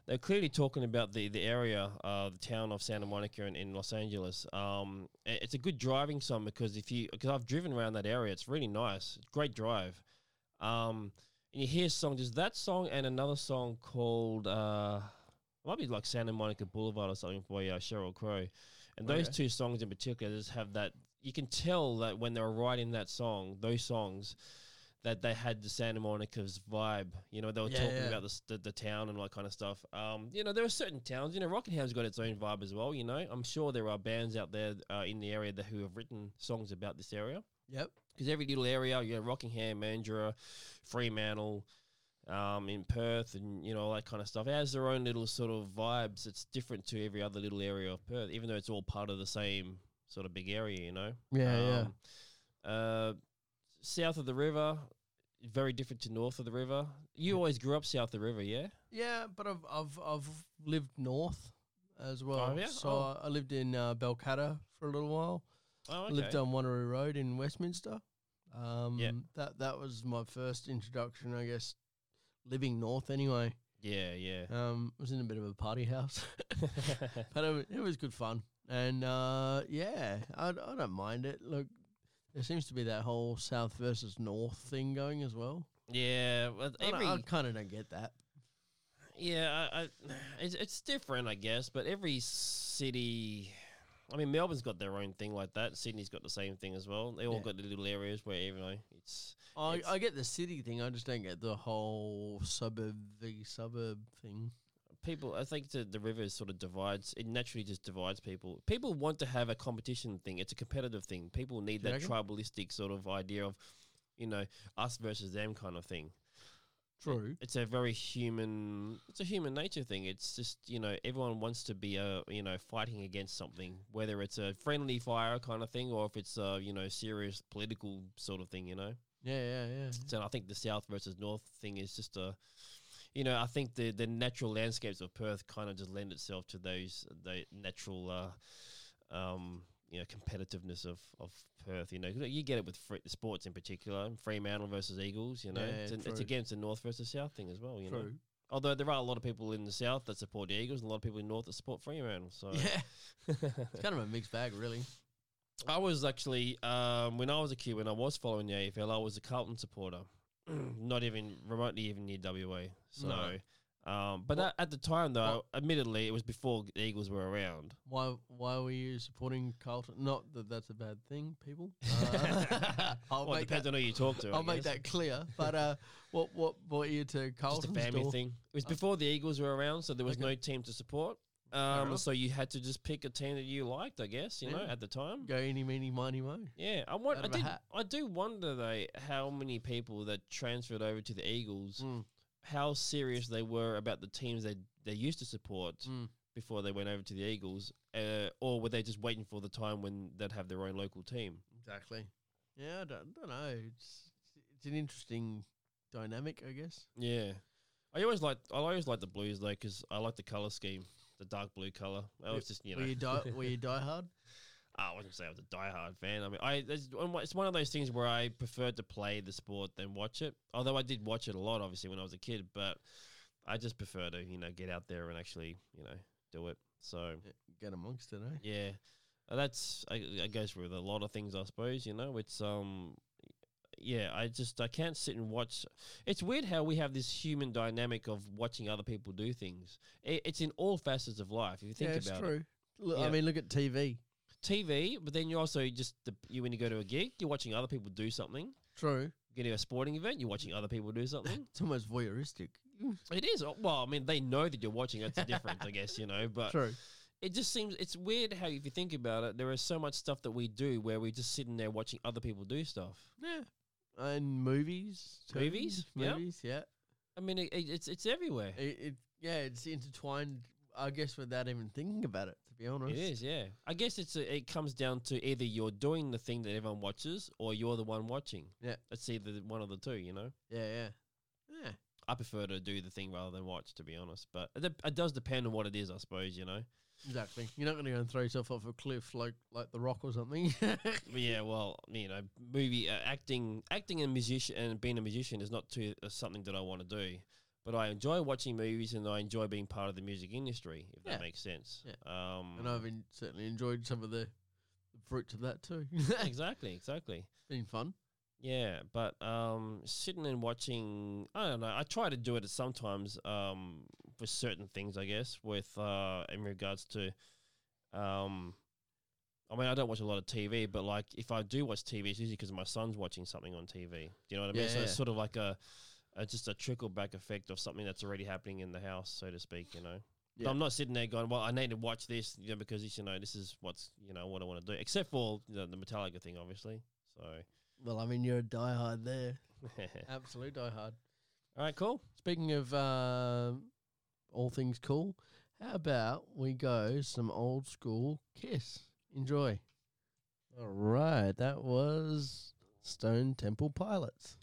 they're clearly talking about the the area, uh, the town of Santa Monica in, in Los Angeles. Um, i- it's a good driving song because if you because I've driven around that area, it's really nice. It's great drive. Um, and you hear a song, just that song and another song called uh, it might be like Santa Monica Boulevard or something by uh, Cheryl Crow. And those Okay. two songs in particular just have that. You can tell that when they were writing that song, those songs, that they had the Santa Monica's vibe. You know, they were Yeah, talking yeah. about the, s- the the town and all that kind of stuff. Um, you know, there are certain towns. You know, Rockingham got its own vibe as well. You know, I'm sure there are bands out there uh, in the area that who have written songs about this area Yep. because every little area, you know, Rockingham, Mandurah, Fremantle, um, in Perth, and you know all that kind of stuff, it has their own little sort of vibes. It's different to every other little area of Perth, even though it's all part of the same sort of big area, you know. Yeah, yeah. yeah. Um, Uh, south of the river, very different to north of the river. You always grew up south of the river, yeah? Yeah, but I've I've I've lived north as well. yeah? So Oh. I lived in uh, Belcata for a little while. Oh, I lived on Wanneroo Road in Westminster. Um, Yeah. That that was my first introduction, I guess. Living north, anyway. yeah, yeah. <laughs> Um, was in a bit of a party house, <laughs> but it, wa- it was good fun. And uh, yeah, I, d- I don't mind it. Look, there seems to be that whole south versus north thing going as well. yeah, but I don't- every I kind of don't get that. Yeah, I, I, it's, it's different, I guess. But every city, I mean, Melbourne's got their own thing like that. Sydney's got the same thing as well. They all Yeah. got the little areas where you know it's I, It's- I get the city thing. I just don't get the whole suburb the suburb thing. people. I think the the river sort of divides. It naturally just divides people. People want to have a competition thing. It's a competitive thing. People need Do you that reckon? tribalistic sort of idea of, you know, us versus them kind of thing. True. it's a very human it's a human nature thing it's just you know everyone wants to be a you know fighting against something whether it's a friendly fire kind of thing or if it's a you know serious political sort of thing you know Yeah, yeah, yeah. so i think the south versus north thing is just a you know i think the the natural landscapes of perth kind of just lend itself to those the natural uh um you know competitiveness of, of Perth. You know you get it with Fre- sports in particular, Fremantle versus Eagles. You know Yeah, it's, a, true. it's against the North versus South thing as well. You know True. Although there are a lot of people in the south that support the Eagles, and a lot of people in the north that support Fremantle. <laughs> So Yeah, it's kind of a <laughs> mixed bag, really. I was actually um, when I was a kid, when I was following the AFL, I was a Carlton supporter, <clears throat> not even remotely even near WA. So, No. um, but What- at- at the time though, admittedly, it was before the Eagles were around. Why? Why were you supporting Carlton? Not that that's a bad thing, <laughs> people. Uh, <laughs> <laughs> I'll well, it make depends that. on who you talk to. I I'll make guess. that clear. But uh, what what brought you to just a Carlton? Uh, family thing. It was before the Eagles were around, so there was Okay. no team to support. enough. Um, so you had to just pick a team that you liked, I guess. You know, Yeah. at the time. Go any meeny miny mo. Yeah, I want. out I of a did. hat. I do wonder though how many people that transferred over to the Eagles, Mm, how serious they were about the teams they they used to support mm. before they went over to the Eagles, uh, or were they just waiting for the time when they'd have their own local team? Exactly. Yeah, I don't, don't know. It's it's an interesting dynamic, I guess. Yeah, I always like I always like the Blues though because I like the color scheme, the dark blue color. I Were- was just you know ah, Were you die? Were <laughs> you diehard? I wouldn't say I was a diehard fan. I mean, I it's one it's one of those things where I preferred to play the sport than watch it. Although I did watch it a lot, obviously, when I was a kid. But I just prefer to you know get out there and actually you know do it. So Get amongst it, eh? yeah, Uh, that's I, I goes with a lot of things, I suppose. You know, it's um, yeah, I just I can't sit and watch. It's weird how we have this human dynamic of watching other people do things. It, it's in all facets of life. If you think yeah, it's about it, true. Look, I Yeah. mean, look at TV. TV, but then you also just the, you when you go to a gig, you're watching other people do something. True. You go to a sporting event, you're watching other people do something. <laughs> It's almost voyeuristic. it is uh, well, I mean, they know that you're watching. That's the difference, I guess, you know. But True. it just seems it's weird how if you think about it, there is so much stuff that we do where we're just sitting there watching other people do stuff. Yeah. And movies. too. Movies, yeah. Movies. Yeah. I mean, it, it, it's it's everywhere. It, it. Yeah. It's intertwined. I guess without even thinking about it, to be honest. It is, yeah. I guess it's a, it comes down to either you're doing the thing that everyone watches, or you're the one watching. Yeah. it's either the- one of the two. You know, Yeah. Yeah. Yeah. I prefer to do the thing rather than watch, to be honest. But it, dep- it does depend on what it is, I suppose. You know. Exactly. You're not going to go and throw yourself off a cliff like like The Rock or something. <laughs> But yeah, well, you know, movie uh, acting, acting and musician and being a musician is not too uh, something that I want to do. But I enjoy watching movies and I enjoy being part of the music industry, if Yeah. that makes sense. Yeah. Um, and I've en- certainly enjoyed some of the, the fruits of that too. <laughs> exactly, exactly. Been fun. Yeah, but um, sitting and watching, I don't know. I try to do it sometimes um, for certain things, I guess, with uh, in regards to, um, I mean, I don't watch a lot of TV, but like if I do watch TV, it's usually because my son's watching something on TV. Do you know what I mean? So Yeah. it's sort of like a, a just a trickle back effect of something that's already happening in the house, so to speak. You know. But Yeah. I'm not sitting there going, "Well, I need to watch this," you know, because this, you know, this is what's you know what I want to do. Except for you know, the Metallica thing, obviously. So, <laughs> Well, I mean, you're a diehard there. Absolute diehard. All right, cool. Speaking of um, all things cool, how about we go some old school Kiss? Enjoy. All right, that was Stone Temple Pilots.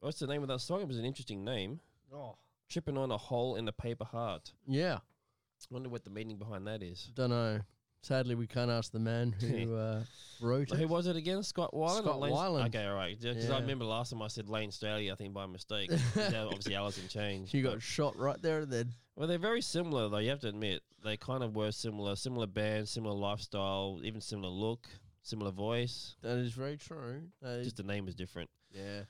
What's the name of that song? It was an interesting name. Oh, Tripping on a hole in a paper heart. yeah. Wonder what the meaning behind that is. Don't know. Sadly, we can't ask the man <laughs> who uh, wrote Who it. was it again? Scott Weiland. or Scott Lane- Weiland. Okay, all right. Because Yeah. I remember last time I said Lane Staley, I think <laughs> by mistake. Now, obviously, Alice in Chains. You but- got shot right there and then. Well, they're very similar, though. You have to admit they kind of were similar. Similar band, similar lifestyle, even similar look, similar voice. That is very true. That is- Just the name is different. yeah.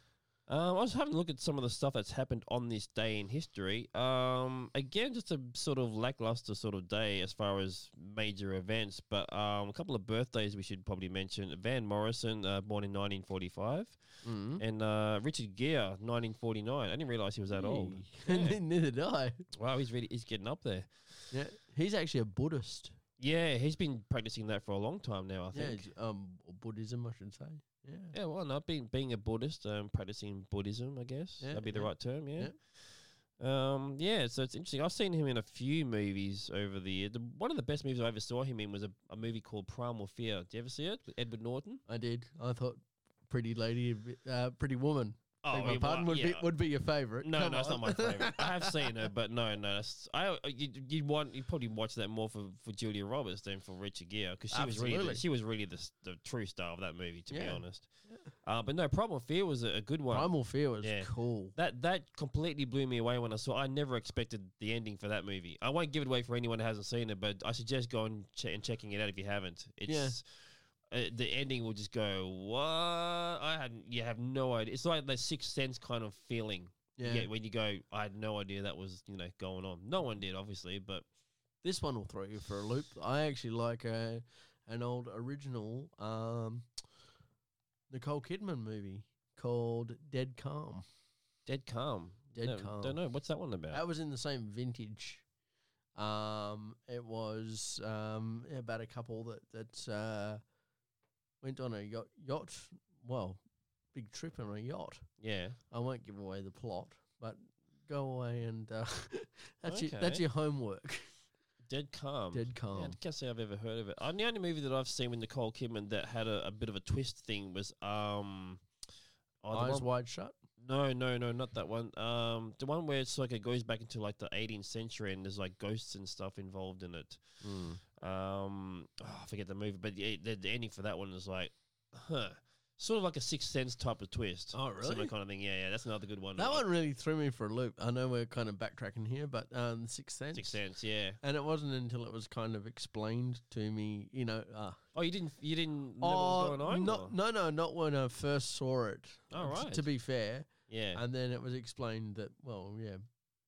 Um, I was having a look at some of the stuff that's happened on this day in history. Um, again, just a sort of lackluster sort of day as far as major events, but um, a couple of birthdays we should probably mention. Van Morrison, uh, born in 1945, Mm. and uh, Richard Gere, 1949. I didn't realize he was <laughs> that old. And Yeah. then neither did I. Wow, he's really he's getting up there. Yeah. He's actually a Buddhist. Yeah, he's been practicing that for a long time now. I Yeah, think. j- um, or Buddhism, I should say. Yeah. Yeah, well, no, being being a Buddhist, um, practicing Buddhism, I guess Yeah, that'd be the yeah, right term. Yeah. Um. Yeah. So it's interesting. I've seen him in a few movies over the year. The, one of the best movies I ever saw him in was a, a movie called Primal Fear. Did you ever see it with Edward Norton? I did. I thought Pretty Lady, would be- uh, Pretty Woman. beg my Oh, yeah, pardon, well, would yeah. be would be your favorite. No, no, it's not my favorite. I have seen her, but no, no. That's, I you you want you probably watch that more for, for Julia Roberts than for Richard Gere because she was really Absolutely. the, she was really the, s- the true star of that movie to be Yeah. honest. Uh, but no, Primal Fear was a, a good one. Primal Fear was Yeah. cool. That that completely blew me away when I saw. I never expected the ending for that movie. I won't give it away for anyone who hasn't seen it, but I suggest going che- and checking it out if you haven't. It's uh, the ending will just go what I had. You have no idea. It's like the sixth sense kind of feeling. Yeah. You get when you go, I had no idea that was you know going on. No one did, obviously, but This one will throw you for a loop. I actually like a, an old original um, Nicole Kidman movie called Dead Calm. Dead Calm. Dead No, Calm. Don't know what's that one about. That was in the same vintage. Um, it was um, about a couple that that uh, went on a yacht, yacht, well, big trip on a yacht. yeah. I won't give away the plot, but go away and uh, <laughs> that's your, Okay. that's your homework. Dead Calm. Dead Yeah, I calm. can't say I've ever heard of it. Uh, the only movie that I've seen with Nicole Kidman that had a, a bit of a twist thing was um, oh, the Eyes one- wide shut. no, no, no, not that one. Um, the one where it's like it goes back into like the 18th century and there's like ghosts and stuff involved in it. Um, oh, I forget the movie, but the, the, the ending for that one is like, huh. sort of like a sixth sense type of twist. Oh, really? Similar kind of thing. Yeah, yeah. That's another good one. That one really threw me for a loop. I know we're kind of backtracking here, but um, Sixth Sense. Sixth sense. Yeah. And it wasn't until it was kind of explained to me, you know. Uh, Oh, Oh, you didn't. You didn't know what was going on. not, or- no, no, not when I first saw it. Oh, t- right. To be fair, yeah. and then it was explained that, well, yeah,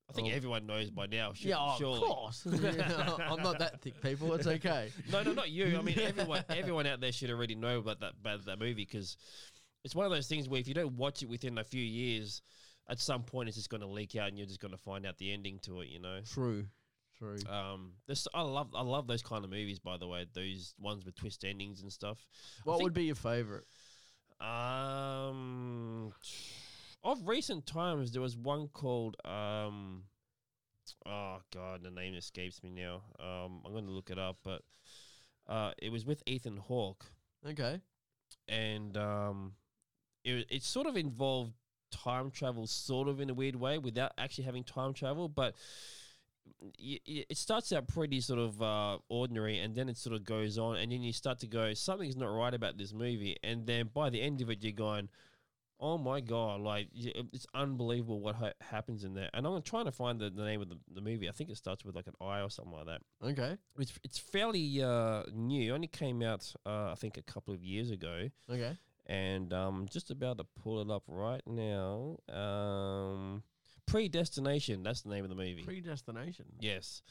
I think oh. everyone knows by now. Sure, yeah, oh, surely. of <laughs> course. Yeah, I'm not that thick, people. It's okay. No, no, not you. <laughs> I mean, everyone, everyone out there should already know about that about that movie because it's one of those things where if you don't watch it within a few years, at some point it's just going to leak out, and you're just going to find out the ending to it. You know. True, true. Um, this I love. I love those kind of movies. By the way, those ones with twist endings and stuff. what think- would be your favorite? Um, of recent times, there was one called um, oh god, the name escapes me now. Um, I'm going to look it up, but uh, it was with Ethan Hawke, Okay. and um, it wa- it sort of involved time travel, sort of in a weird way, without actually having time travel, but. y- y- It starts out pretty sort of uh, ordinary, and then it sort of goes on, and then you start to go, something's not right about this movie, and then by the end of it, you're going, Oh my god! Like y- it- it's unbelievable what ha- happens in there, and I'm trying to find the, the name of the, the movie. I think it starts with like an I or something like that. Okay. It's it's fairly uh, new. It only came out uh, I think a couple of years ago, Okay. and um, just about to pull it up right now. Um, Predestination. That's the name of the movie. Predestination. yes.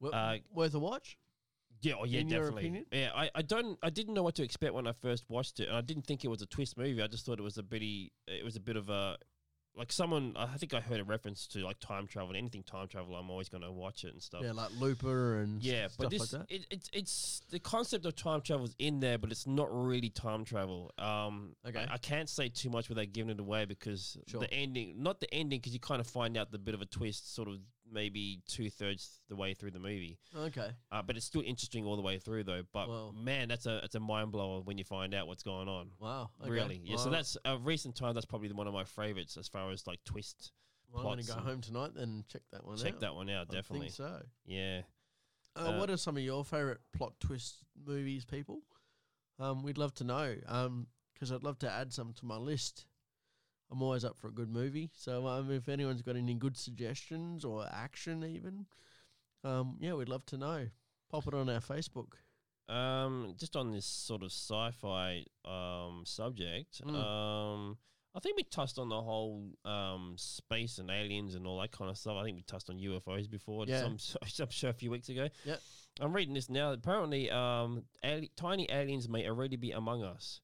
Wo- uh, worth a watch. Yeah, oh, yeah, In your definitely. opinion? Yeah, I, I don't I didn't know what to expect when I first watched it, and I didn't think it was a twist movie. I just thought it was a bitty it was a bit of a like someone I think I heard a reference to like time travel, anything time travel, I'm always gonna watch it and stuff. Yeah, like Looper and Yeah, stuff but this like that. it, it's it's the concept of time travel is in there, but it's not really time travel. Um, Okay. I, I can't say too much without giving it away because Sure. the ending, not the ending, because you kind of find out the bit of a twist, sort of maybe two thirds the way through the movie. Okay. Uh, but it's still interesting all the way through, though. But Wow. man, that's a it's a mind blower when you find out what's going on. Wow. Okay. Really, yeah. So Well, that's a recent time. That's probably one of my favorites as far as like twist. well, I'm going plots to go and- home tonight and check that one Check out. that one out, I definitely. think so. Yeah. Uh, Uh, what are some of your favourite plot twist movies, people? Um, we'd love to know because I'd love to add some to my list. I'm always up for a good movie. So um, if anyone's got any good suggestions or action, even, um, yeah, we'd love to know. Pop it on our Facebook. Um, just on this sort of sci-fi um subject, Mm. um, I think we touched on the whole um space and aliens and all that kind of stuff. I think we touched on UFOs before. Yeah. Some, <laughs> I'm sure a few weeks ago. Yep. I'm reading this now. Apparently, um, ali- tiny aliens may already be among us.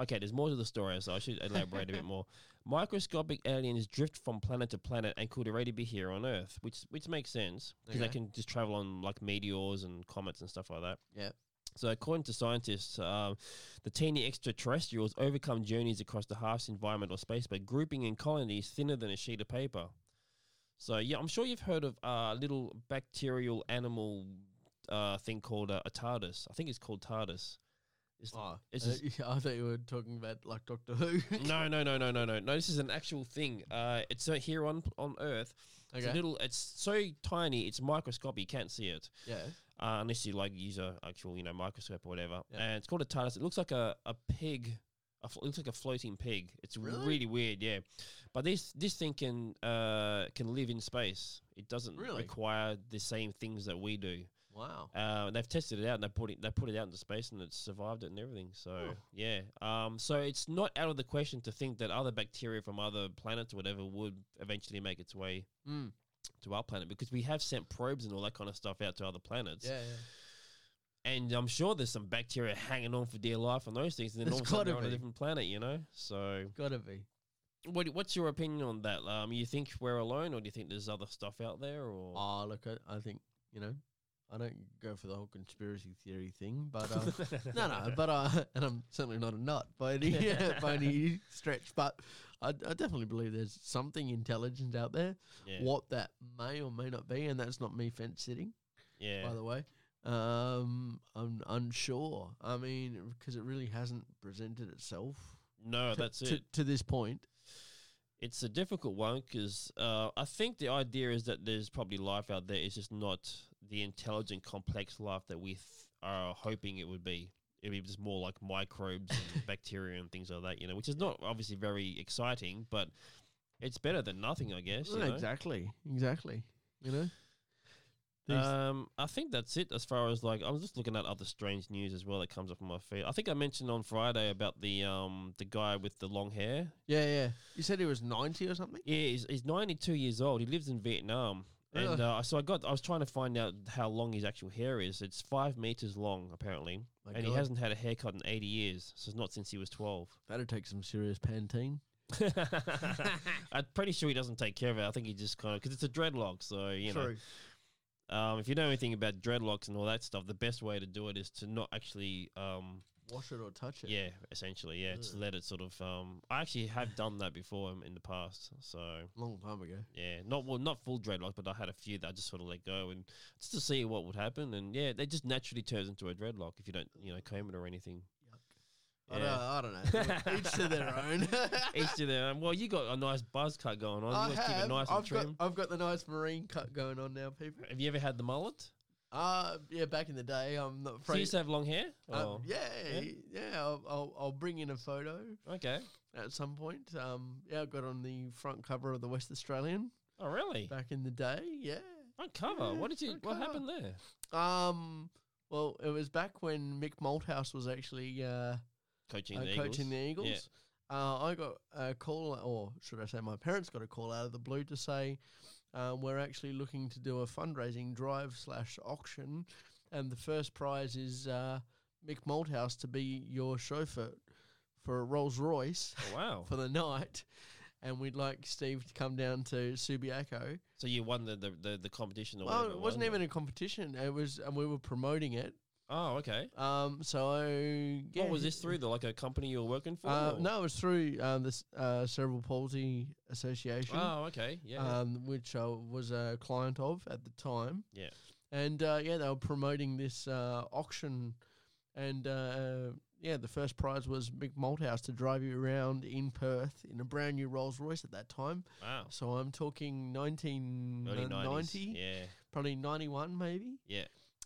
okay, there's more to the story, so I should elaborate a bit more. Microscopic aliens drift from planet to planet and could already be here on Earth, which which makes sense because they Okay. can just travel on like meteors and comets and stuff like that. Yep. So, according to scientists, um, the teeny extraterrestrials overcome journeys across the harsh environment or space by grouping in colonies thinner than a sheet of paper. So, yeah, I'm sure you've heard of a uh, little bacterial animal uh, thing called uh, a TARDIS. I think it's called TARDIS. It's, Oh, it's uh, <laughs> just- yeah, I thought you were talking about like Doctor Who. <laughs> no, no, no, no, no, no, no. This is an actual thing. Uh, it's uh, here on on Earth. It's a Okay. little. It's so tiny. It's microscopic. You can't see it. Yeah. uh, unless you like use a actual you know microscope or whatever. Yeah. And it's called a TARDIS. It looks like a a pig. A flo- it looks like a floating pig. It's Really? really, weird, yeah. But this this thing can uh, can live in space. It doesn't Really? require the same things that we do. Wow. Uh, they've tested it out and they put it they put it out into space and it's survived it and everything. So Oh. yeah, um, so it's not out of the question to think that other bacteria from other planets or whatever would eventually make its way Mm. to our planet because we have sent probes and all that kind of stuff out to other planets Yeah. and I'm sure there's some bacteria hanging on for dear life on those things. And then all of There's a sudden they're gotta on a be. different planet, you know. So, Gotta be. what, what's your opinion on that? Um, you think we're alone, or do you think there's other stuff out there? Or Oh, look, I, I think you know, I don't go for the whole conspiracy theory thing, but um, <laughs> <laughs> no, no, but uh, <laughs> and I'm certainly not a nut by any <laughs> by any stretch, but I, I definitely believe there's something intelligent out there. yeah, What that may or may not be, and that's not me fence sitting, yeah, by the way. Um, I'm unsure. I mean, because it really hasn't presented itself. no, to- that's to, it. to this point. It's a difficult one because uh, I think the idea is that there's probably life out there. It's just not the intelligent, complex life that we th- are hoping it would be. it'd be just more like microbes and bacteria and things like that, you know, which is not obviously very exciting, but it's better than nothing, I guess. you know? Exactly, exactly. You know, Uh, These- Um, I think that's it as far as like I was just looking at other strange news as well that comes up on my feed. I think I mentioned on Friday about the um the guy with the long hair. yeah, yeah. You said he was ninety or something. Yeah, he's, he's ninety two years old. He lives in Vietnam, and Really? uh, so I got I was trying to find out how long his actual hair is. It's five meters long apparently, My and he God, hasn't had a haircut in eighty years. So it's not since he was <laughs> twelve. <laughs> That'd take some serious Pantene. I'm pretty sure he doesn't take care of it. I think he just kind of because it's a dreadlock, so you know. Um, if you know anything about dreadlocks and all that stuff, the best way to do it is to not actually, um, Wash it or touch it. yeah, essentially, yeah, just Ugh. let it sort of. Um, I actually have done that before in- in the past, so long time ago. yeah, not well, not full dreadlocks, but I had a few that I just sort of let go and just to see what would happen, and yeah, they just naturally turns into a dreadlock if you don't, you know, comb it or anything. I, don't, I don't know. Each to their own. <laughs> Each to their own. Well, you got a nice buzz cut going on. I you guys keep it have. nice and I've got, trim. I've got the nice marine cut going on now, people. have you ever had the mullet? Uh, yeah, back in the day, I'm not Do you afraid. used to have long hair? um, Or- yeah, Yeah? yeah, I'll, I'll, I'll bring in a photo Oh, Okay. at some point. Um, yeah, I got on the front cover of the West Australian Oh, really? back in the day. Yeah. On cover. Yeah, what did you? on What cover. happened there? Um, well, it was back when Mick Malthouse was actually uh, coaching uh, the Eagles. Oh, coaching the Eagles. Uh, I got a call, or should I say, my parents got a call out of the blue to say uh, we're actually looking to do a fundraising drive slash auction, and the first prize is uh, Mick Malthouse to be your chauffeur for a Rolls Royce Oh, wow. <laughs> for the night, and we'd like Steve to come down to Subiaco. so you won the the, the, the competition or Well, whatever. it wasn't was even a competition; it was, and we were promoting it. Oh, okay. Um, so yeah, What was this through? The like a company you were working for? Uh, or- no, it was through uh, this uh, Cerebral Palsy Association, Oh, okay. Yeah. um, which I was a client of at the time. Yeah. and uh, yeah, they were promoting this uh, auction, and uh, yeah, the first prize was Mick Malthouse to drive you around in Perth in a brand new Rolls Royce at that time. wow. So I'm talking Early 1990, 90s. Yeah. probably 91 maybe. Yeah.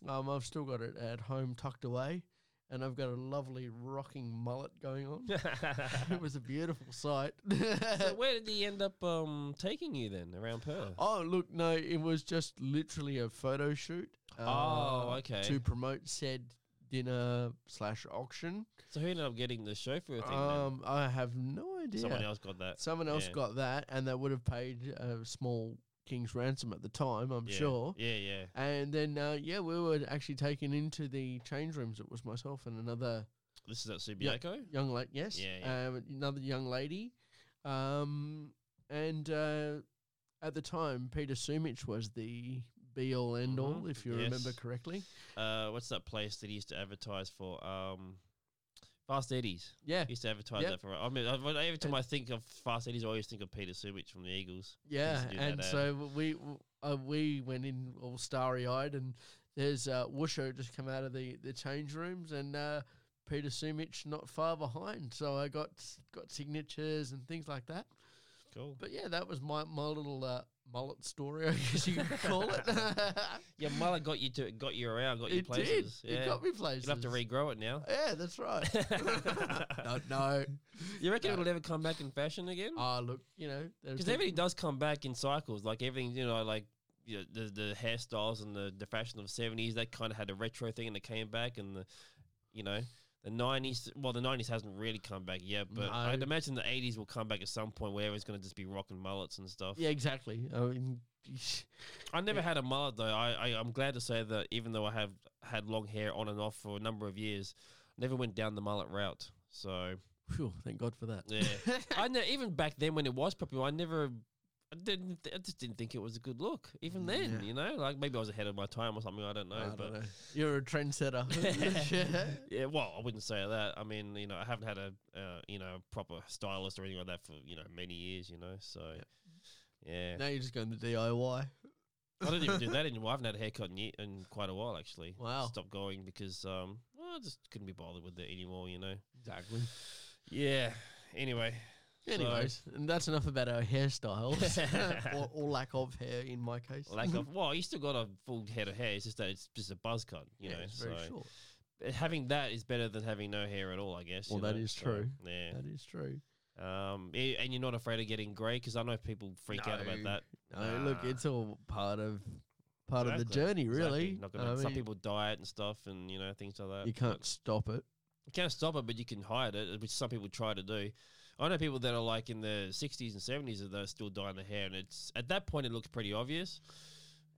Um, I've still got it at home tucked away, and I've got a lovely rocking mullet going on <laughs> it was a beautiful sight. <laughs> so where did he end up um, taking you then around Perth? <laughs> oh, look, no, it was just literally a photo shoot. uh, Oh, okay. To promote said dinner slash auction. So who ended up getting the chauffeur thing? Um, I have no then? idea. Someone else got that. Someone else yeah. got that, and they would have paid a small king's ransom at the time, I'm yeah. sure. Yeah, yeah. And then, uh, yeah, we were actually taken into the change rooms. It was myself and another This is at Subiaco. young lady. Yes, Yeah, Um, another young lady, um, and uh, at the time, Peter Sumich was the be all end all, Mhm. if you Yes. remember correctly. Uh, what's that place that he used to advertise for? Um, Fast Eddie's. Yeah, used to advertise Yep. that for. I mean, I- when- every time I think of Fast Eddie's, I always think of Peter Subich from the Eagles. yeah, used to do that and ad. so we uh, we went in all starry eyed, and there's uh, Wusho just come out of the the change rooms, and uh, Peter Sumich not far behind. So I got got signatures and things like that. Cool. But yeah, that was my my little. Uh, Mullet story, I guess you could call it. <laughs> <laughs> Yeah, Muller got you to got you around, got you It places. did. Yeah. It got me places. You'll have to regrow it now. Yeah, that's right. <laughs> no, no. You reckon No. it'll ever come back in fashion again? Ah, look, you know, there's Because everything does come back in cycles. Like everything, you know, like you know, the the hairstyles and the, the fashion of seventies. That kind of had a retro thing, and it came back. And the, you know, the nineties. Well, the nineties hasn't really come back yet, but No. I'd imagine the eighties will come back at some point where everyone's going to just be rocking mullets and stuff. yeah, exactly. I mean, <laughs> I never had a mullet though. I, I I'm glad to say that even though I have had long hair on and off for a number of years, never went down the mullet route. So phew, thank God for <laughs> that. yeah, I know even back then when it was popular, I never. I didn't. I just didn't think it was a good look. Even then, Mm, Yeah. you know, like maybe I was ahead of my time or something. I <laughs> don't know. I but don't know. You're a trendsetter. <laughs> <laughs> yeah, well, I wouldn't say that. I mean, you know, I haven't had a uh, you know proper stylist or anything like that for you know many years. You know, so yeah, Now you're just going to DIY. I don't even <laughs> do that anymore. I haven't had a haircut in, ye- in quite a while, actually. Wow. Stopped going because um, well, I just couldn't be bothered with it anymore, you know. Exactly. Yeah. Anyway. Anyways, and that's enough about our <laughs> hairstyles <laughs> or, or lack of hair in my case. <laughs> Lack of well, you still got a full head of hair. It's just that it's just a buzz cut, you yeah, know. it's so. very short. having that is better than having no hair at all, I guess. Well, you that know, is so, true. Yeah. That is true. Um, i- and you're not afraid of getting grey because I know people freak out about No. that. No, look, Nah. it's all part of part of the Exactly, journey, Exactly. really. Not I gonna, some mean, people diet and stuff, and you know things like that. you can't stop it. you can't stop it, but you can hide it, which some people try to do. I know people that are like in the 60s and 70s that are still dyeing their hair, and it's at that point it looks pretty obvious.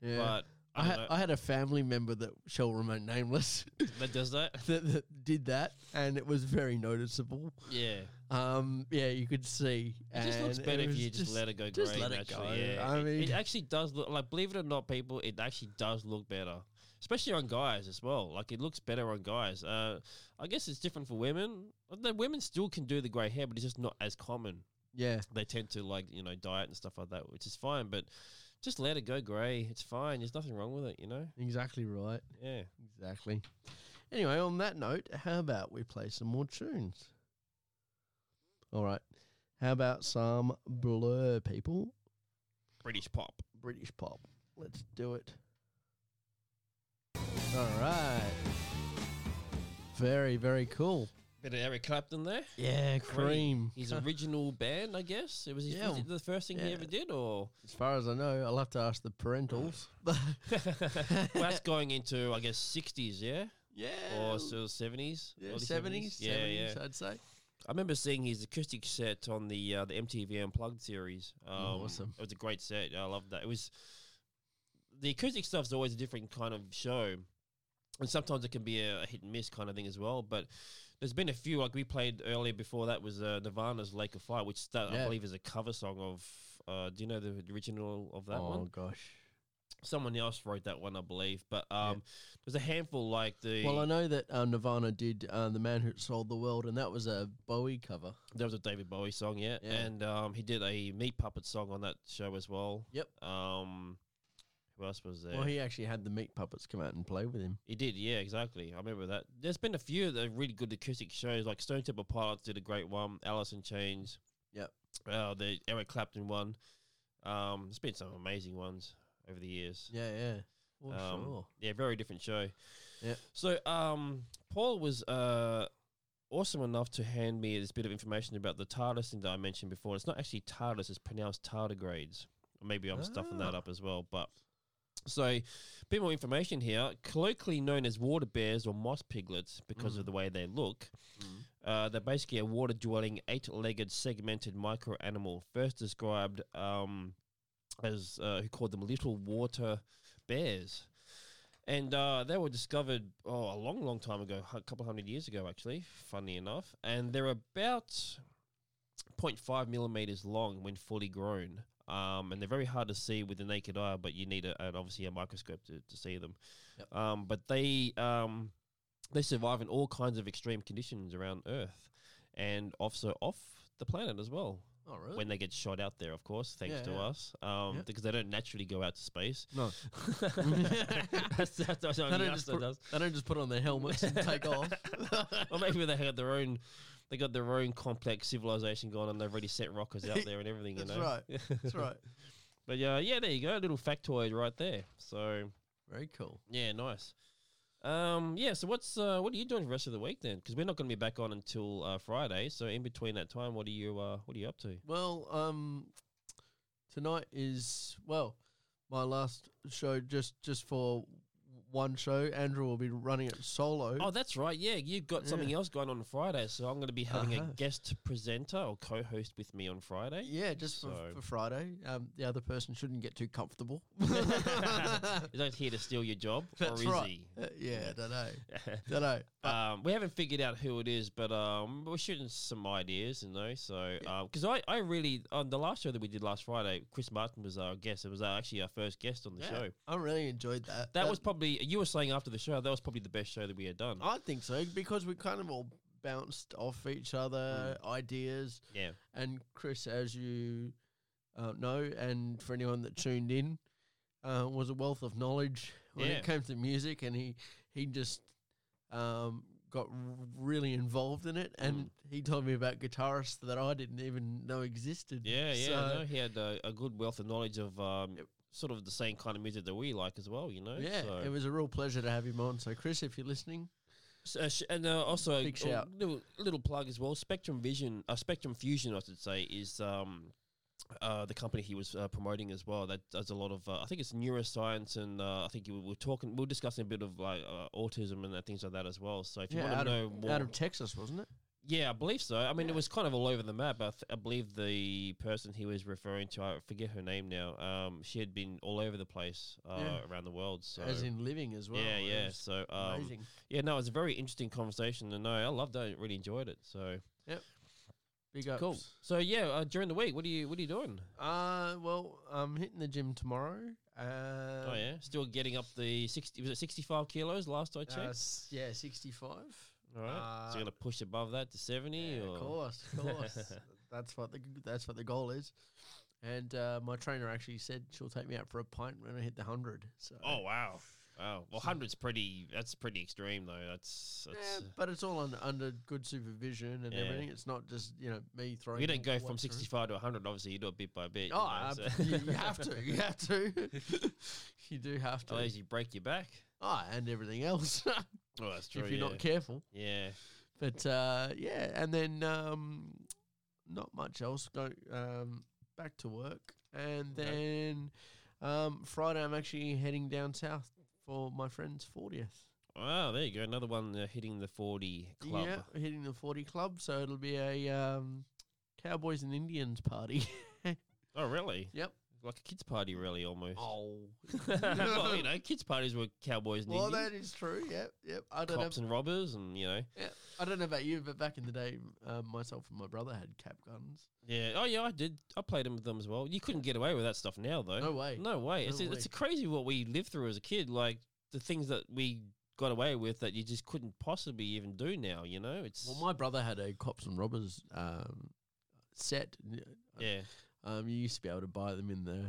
Yeah. But I, I, don't had, know, I had a family member that shall remain nameless <laughs> that does that. <laughs> that, that did that, and it was very noticeable. Yeah, Um, yeah, you could see. it just looks and better if was you just, let it go. just grey, let it naturally, go. Yeah. I It- it mean- actually does look like, believe it or not, people, it actually does look better, especially on guys as well. Like it looks better on guys. Uh, I guess it's different for women. The women still can do the grey hair, but it's just not as common. Yeah, they tend to like you know diet and stuff like that, which is fine. But just let it go grey. It's fine. There's nothing wrong with it. You know. exactly right. Yeah. Exactly. Anyway, on that note, how about we play some more tunes? All right. How about some Blur, people? British pop. British pop. Let's do it. All right. Very, very cool. Bit of Eric Clapton there. Yeah, cream. <laughs> <laughs> His original band, I guess. It was, his, Yeah. was it the first thing he Yeah. ever did, or As far as I know, I'll have to ask the <laughs> parentals. <laughs> well, that's going into I guess sixties, yeah, yeah. or still seventies, Um, yeah, uh, 70s, yeah, 70s, yeah. I'd say. I remember seeing his acoustic set on the uh, the MTV Unplugged series. Um, Oh, awesome. It was a great set. I loved that. It was the acoustic stuff's always a different kind of show, and sometimes it can be a, a hit and miss kind of thing as well. But there's been a few like we played earlier before that was uh, Nirvana's Lake of Fire, which that I Yeah. believe is a cover song of. Uh, do you know the original of that oh, one? gosh. Someone else wrote that one, I believe. But um, there's a handful like the Well, I know that uh, Nirvana did uh, The Man Who Sold the World, and that was a Bowie cover. There was a David Bowie song, yeah, Yeah. and um, he did a meat puppet song on that show as well. Yep. Um, who else was there? Well, he, he actually had the meat puppets come out and play with him. did, yeah, exactly. I remember that. There's been a few that are really good acoustic shows, like Stone Temple Pilots did a great one. Alice in Chains. Yep. Uh, the Eric Clapton one. Um, there's been some amazing ones over the years. Yeah, yeah. Well, Um, Oh, sure. Yeah, very different show. Yeah. So, um, Paul was uh awesome enough to hand me this bit of information about the TARDIS thing that I mentioned before. It's not actually TARDIS; it's pronounced tardigrades. Maybe I'm stuffing that Ah. up as well, but. So, a bit more information here. Colloquially known as water bears or moss piglets because of Mm. the way they look, uh, they're basically a water dwelling, eight legged, segmented micro animal, first described um, as uh, who called them little water bears. And uh, they were discovered oh, a long, long time ago, a couple hundred years ago, actually, funny enough. And they're about 0.5 millimeters long when fully grown. Um, and they're very hard to see with the naked eye, but you need a, an, obviously a microscope to, to see them. Yep. Um, but they um, they survive in all kinds of extreme conditions around Earth and also off the planet as well. Oh, really? When they get shot out there, of course, thanks Yeah, to yeah. us, um, Yeah. because they don't naturally go out <laughs> to space. <laughs> no, that's, that's what they only don't, us just that put, does. they don't just put on their helmets and <laughs> take off. or maybe they had their own. They got their own complex civilization going on. They've already set <laughs> rockers out there and everything. you That's know, <laughs> right. That's right. But yeah, yeah, there you go, a little factoid right there. So Very cool. yeah, nice. Um, yeah. So what's uh, what are you doing for the rest of the week then? Because we're not going to be back on until uh, Friday. So in between that time, what are you uh, what are you up to? Well, um, tonight is well my last show just just for one show. Andrew will be running it solo. Oh, that's right. Yeah, you've got something else going on Friday. So I'm going to be having Uh-huh. a guest presenter or co-host with me on Friday. yeah, just for, so- for Friday. Um, the other person shouldn't get too <laughs> comfortable. <laughs> Is that here to steal your job, or That's is right. he? <laughs> Uh, yeah, I don't know. Don't know. But um, we haven't figured out who it is, but um, we're shooting some ideas, you know. So, because I, I really on the last show that we did last Friday, Chris Martin was our guest. It was our, actually our first guest on <laughs> the yeah, show. I really enjoyed that. Oh, That was probably you were saying after the show that was probably the best show that we had done. I think so because we kind of all bounced off each other Mm. ideas. Yeah, And Chris, as you uh, know, and for anyone that tuned in, uh, was a wealth of knowledge when Yeah. it came to music, and he he just um, got r- really involved in it. And Mm. he told me about guitarists that I didn't even know existed. yeah, yeah. So, no, he had a, a good wealth of knowledge of um, Yep. sort of the same kind of music that we like as well. You know, yeah, So, it was a real pleasure to have him on. So, Chris, if you're listening, So, sh- and uh, also Big a shout. little, little plug as well. Spectrum Vision, uh, Spectrum Fusion, I should say, is um, uh, the company he was uh, promoting as well. That does a lot of, uh, I think it's neuroscience, and uh, I think you, we're talking, we're discussing a bit of like uh, autism and uh, things like that as well. So if you Yeah, want to know of, more, out of Texas, wasn't it? yeah, I believe so. I mean, Yeah. it was kind of all over the map. I, th- I believe the person he was referring to, I forget her name now. Um, she had been all over the place uh, Yeah. around the world. So As in living as well. yeah, It yeah. was So um, amazing. yeah, no, it's a very interesting conversation, and no, I loved it. I really enjoyed it. So Big ups. cool. So yeah, uh, during the week, what are you what are you doing? Uh, well, I'm hitting the gym tomorrow. Uh, oh yeah, still getting up the sixty. Was it sixty five kilos last I checked? Uh, s- yeah, 65. all right, so uh, you're gonna push above that to seventy, Yeah, or of course, of course. that's what the that's what the goal is. And uh, my trainer actually said she'll take me out for a pint when I hit the hundred. So oh wow, wow. Well, hundreds pretty. That's pretty extreme though. That's that's. uh, Yeah, but it's all under, under good supervision and Yeah. everything. It's not just you know me throwing. We don't go one through. from 65 to 100. Obviously, you do it bit by bit. Oh, ab- you, know, so- you, you have <laughs> to. You have to. <laughs> you do have to. Otherwise, you break your back. Oh, and everything else <laughs> Oh, that's true. if you're yeah. not careful. yeah. But uh, yeah, and then um, not much else. Go um, back to work, and Okay. then um, Friday I'm actually heading down south for my friend's fortieth. Oh, there you go. Another one uh, hitting the 40 club. Yeah, hitting the forty club, so it'll be a um, Cowboys and Indians party. Oh, really? Yep. Like a kids' party, really, almost. Oh, <laughs> <laughs> well, you know, kids' parties were cowboys and well, Indians, that is true. Yep, yep. I don't cops know. and robbers, and you know, I don't know about you, but back in the day, um, myself and my brother had cap guns. yeah. Oh, yeah, I did. I played them with them as well. You couldn't get away with that stuff now, though. No way. No way. It's No it's way. crazy what we lived through as a kid. Like the things that we got away with that you just couldn't possibly even do now. You know, it's Well, my brother had a cops and robbers um, set. yeah. Um, you used to be able to buy them in the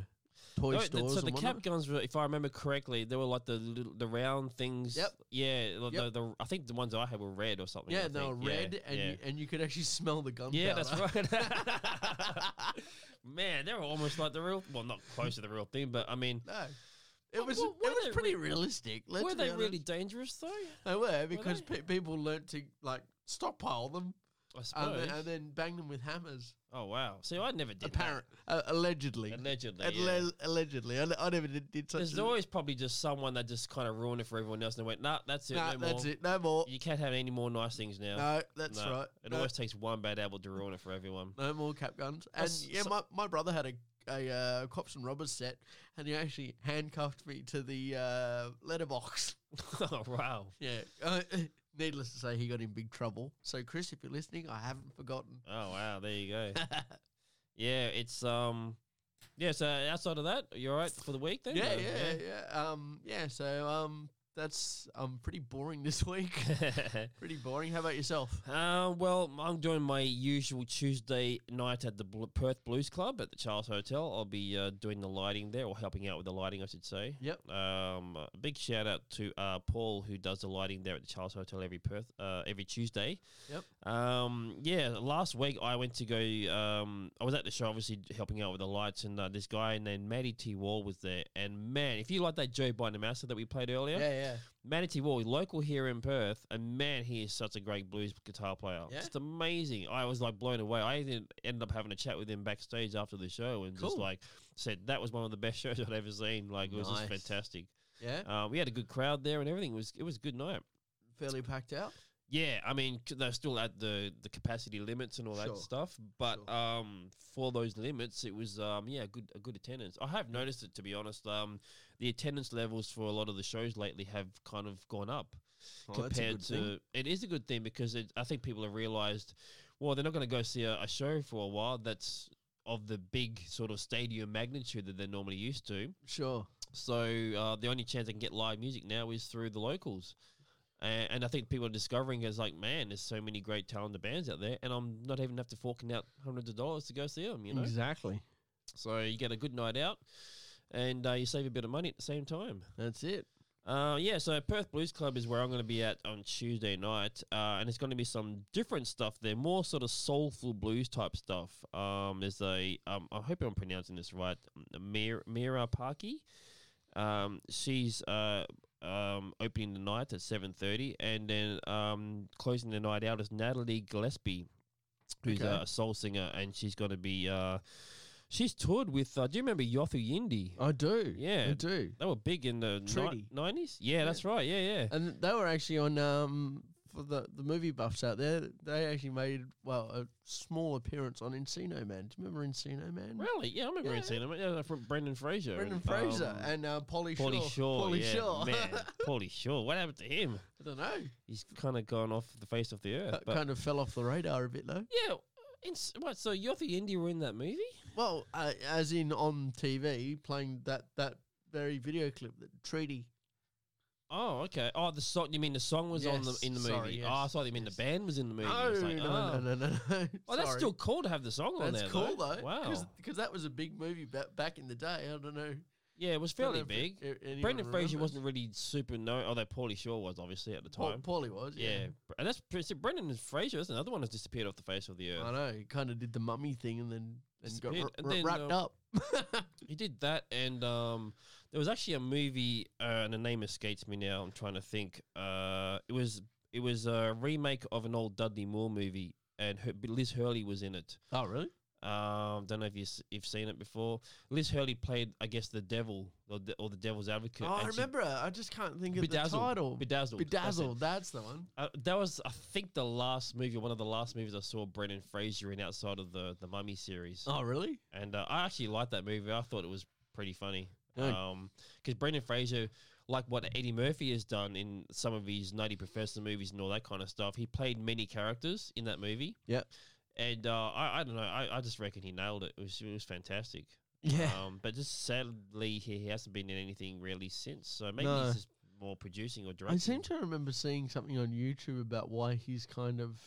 toy No, th- stores. so and Oh, the cap whatnot. guns were, if I remember correctly, they were like the little, the round things. Yep. Yeah. like Yep. The, the, I think the ones I had were red or something. yeah, I they were think. Yeah, red, and yeah. You, and you could actually <laughs> smell the gun. Yeah, that's right. <laughs> Man, they were almost like the real. Well, not close to the real thing, but I mean, <laughs> no, it was Well, it were was they pretty realistic. Let's were be they honest. really dangerous though? They were because they? pe- people learnt to like stockpile them I and, suppose. then, and then bang them with hammers. oh wow! See, I never did. Apparent, uh, allegedly, That. Allegedly. Alle- yeah. allegedly. I, I never did, did such. There's a, always probably just someone that just kind of ruined it for everyone else, and they went, "Nah, that's it. Nah, no that's more. it. No more. You can't have any more nice things now." No, that's No. right. It No. always takes one bad apple to ruin it for everyone. No more cap guns. And That's- yeah, so- my, my brother had a, a uh, cops and robbers set, and he actually handcuffed me to the uh, letterbox. <laughs> oh wow! Yeah. Uh, <laughs> needless to say, he got in big trouble. So, Chris, if you're listening, I haven't forgotten. Oh wow! There you <laughs> go. yeah, it's um, yeah. So outside of that, you're right for the week then. yeah, Uh, yeah, yeah. Um, yeah. So, um, that's um pretty boring this <laughs> week. <laughs> yeah. pretty boring. How about yourself? Uh, well, I'm doing my usual Tuesday night at the Bl- Perth Blues Club at the Charles Hotel. I'll be uh, doing the lighting there, or helping out with the lighting, I should say. Yep. Um, a big shout out to uh, Paul who does the lighting there at the Charles Hotel every Perth uh, every Tuesday. Yep. Um, yeah. Last week I went to go. Um, I was at the show, obviously helping out with the lights, and uh, this guy named Matty T Wall was there. And man, if you like that Joe Bonamassa that we played earlier, yeah. Manatee Wall, local here in Perth, and man, he is such a great blues guitar player. Yeah? Just amazing. I was like blown away. I even ended up having a chat with him backstage after the show and just Cool. like said that was one of the best <laughs> shows I'd ever seen. Like it was Nice. just fantastic. Yeah. Uh, we had a good crowd there and everything. It was it was a good night. Fairly packed out. Yeah, I mean c- they're still at the the capacity limits and all that Sure, stuff, but sure. um, for those limits, it was um, yeah, good a good attendance. I have noticed it to be honest. Um, the attendance levels for a lot of the shows lately have kind of gone up Well, Oh, that's a compared good to thing. it is a good thing because it, I think people have realized, well, they're not going to go see a, a show for a while that's of the big sort of stadium magnitude that they're normally used to. Sure. So uh, the only chance I can get live music now is through the locals. And, and I think people are discovering is like, man, there's so many great talented bands out there, and I'm not even have to forking out hundreds of dollars to go see them. You know, Exactly. so you get a good night out, and uh, you save a bit of money at the same time. That's it. Uh, yeah, so Perth Blues Club is where I'm going to be at on Tuesday night, uh, and it's going to be some different stuff there, more sort of soulful blues type stuff. Um, there's a, um, I hope I'm pronouncing this right, Mir- Mira Parky. Um, she's uh, um, opening the night at seven thirty, and then um, closing the night out is Natalie Gillespie, who's Okay. uh a soul singer, and she's going to be. Uh, she's toured with. Uh, do you remember Yothu Yindi? I do. Yeah. I do. They were big in the Trudy. nineties. yeah, Yeah. Uh, that's right. Yeah, yeah. And they were actually on um for the the movie buffs out there. They actually made well a small appearance on Encino Man. Do you remember Encino Man? Really? Yeah, I remember Yeah. yeah. seeing him. Yeah, from Brendan Fraser. Brendan and, Fraser um, and uh, Polly Shore. Paulie Shaw. Pauly yeah, Shore. man. Paulie Shaw. What happened to him? <laughs> I don't know. He's kind of gone off the face of the earth. But kind of fell off the radar a bit though. yeah. It's, what? So you're the indie were in that movie? Well, uh, as in on TV playing that that very video clip that Treaty. Oh, okay. Oh, the song. You mean the song was on the Yes, in the movie? sorry, yes, Oh, I thought you mean yes. the band was in the movie. No, It's like, no, oh. no, no, no, no. Well, that's Sorry. still cool to have the song on That's there. cool though. Wow. because that was a big movie ba- back in the day. I don't know. Yeah, it was fairly big. Brendan Fraser wasn't really super known, although Paulie Shaw was obviously at the Paul, time. Paulie was. yeah. Yeah, Br- and that's pre- so Brendan Fraser. That's another one that's disappeared off the face of the earth. I know. He kind of did the mummy thing and then and got Disappeared. r- And r- then, wrapped um, up. He did that, and um, there was actually a movie, uh, and the name escapes me now. I'm trying to think. Uh, it was it was a remake of an old Dudley Moore movie, and her, Liz Hurley was in it. oh, really? Um, don't know if you s- you've seen it before. Liz Hurley played, I guess, the devil or the, or the devil's advocate. Oh, I and she- remember. her. I just can't think of Bedazzled. the title. Bedazzled. that's it. Bedazzled. That's, the one. Uh, that was, I think, the last movie, one of the last movies I saw Brendan Fraser in outside of the the Mummy series. Oh, really? and uh, I actually liked that movie. I thought it was pretty funny. Yeah. Um, because Brendan Fraser, like what Eddie Murphy has done in some of his Nutty Professor movies and all that kind of stuff, he played many characters in that movie. Yep. And uh, I, I don't know, I, I just reckon he nailed it. It was, it <laughs> was fantastic. Yeah. Um, but just sadly, he, he hasn't been in anything really since. So maybe No. he's just more producing or directing. I seem to remember seeing something on YouTube about why he's kind of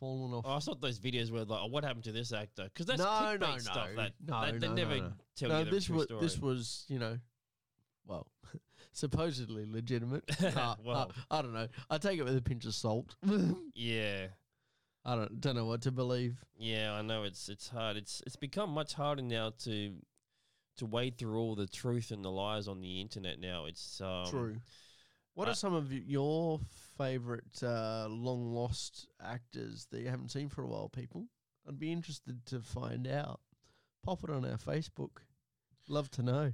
fallen off. Oh, I saw those videos where like, oh, what happened to this actor? Because that's No, clickbait no, stuff. no. That, No, that- they no, no, never no. tell no, you the this true was story. this was you know, well, <laughs> supposedly <laughs> legitimate. Uh, Well. I don't know. I take it with a pinch of salt. <laughs> yeah. I don't don't know what to believe. Yeah, I know it's it's hard. It's it's become much harder now to to wade through all the truth and the lies on the internet. Now it's um, True. What I- are some of y- your favorite uh, long lost actors that you haven't seen for a while, people? I'd be interested to find out. Pop it on our Facebook. Love to know.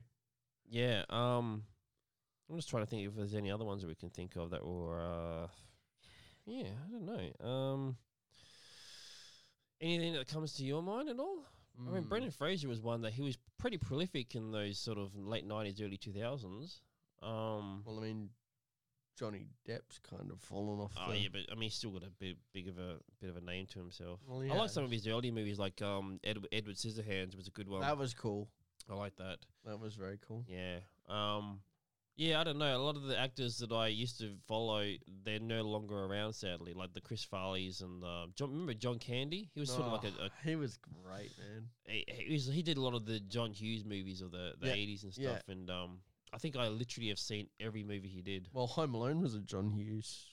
Yeah. Um, I'm just trying to think if there's any other ones that we can think of that were. Uh, yeah, I don't know. Um, anything that comes to your mind at all? I Hmm. mean, Brendan Fraser was one that he was pretty prolific in those sort of late '90s, early 2000s. Um, Well, I mean, Johnny Depp's kind of fallen off. oh the, yeah, but I mean, he's still got a bit big of a bit of a name to himself. Well, I yeah. like some of his early movies, like um, Edward, Edward Scissorhands was a good one. That was cool. I like that. That was very cool. Yeah. Um, yeah, I don't know. A lot of the actors that I used to follow, they're no longer around, sadly. Like the Chris Farleys and uh, John. Remember John Candy? He was sort of like a, a he was great, man. he, he was, he did a lot of the John Hughes movies of the the Yeah, eighties and yeah. stuff. And um, I think I literally have seen every movie he did. Well, Home Alone was a John Hughes.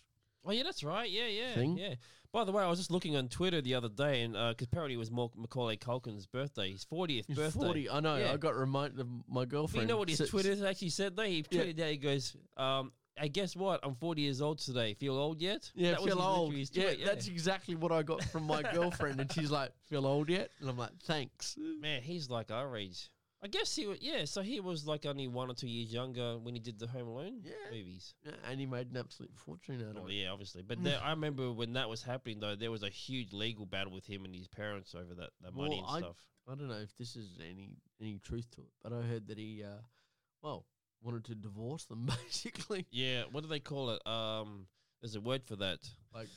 Oh yeah, that's right. Yeah, yeah, Thing. yeah. By the way, I was just looking on Twitter the other day, and because apparently it was Mac- Macaulay Culkin's birthday, his fortieth He's birthday. forty. I know. Yeah. I got reminded of my But girlfriend. you know what his sits- Twitter actually said though? He Yeah. tweeted out, he goes, um, "I guess what? I'm 40 years old today. Feel old yet? Yeah, That was feel literally old. his yeah, tweet, that's exactly what I got from <laughs> my girlfriend, and she's like, "Feel old yet?" And I'm like, "Thanks." man. He's like our age. I guess he was. Yeah, so he was like only one or two years younger when he did the Home Alone Yeah. movies. Yeah, And he made an absolute fortune out Oh, of it. yeah, obviously. But there, I remember when that was happening though, there was a huge legal battle with him and his parents over that, that money Well, and I- stuff. I don't know if this is any any truth to it, but I heard that he, uh, well, wanted to divorce them <laughs> basically, Yeah, what do they call it? Um, there's a word for that. like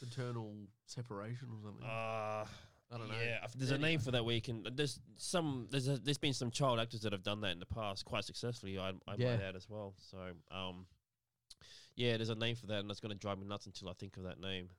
paternal separation or something. Uh, I don't know. Yeah, if there's a Anyway. name for that where you can. There's some. There's a, there's been some child actors that have done that in the past quite successfully. I I Yeah. might add as well. So um, yeah, there's a name for that, and that's going to drive me nuts until I think of that name.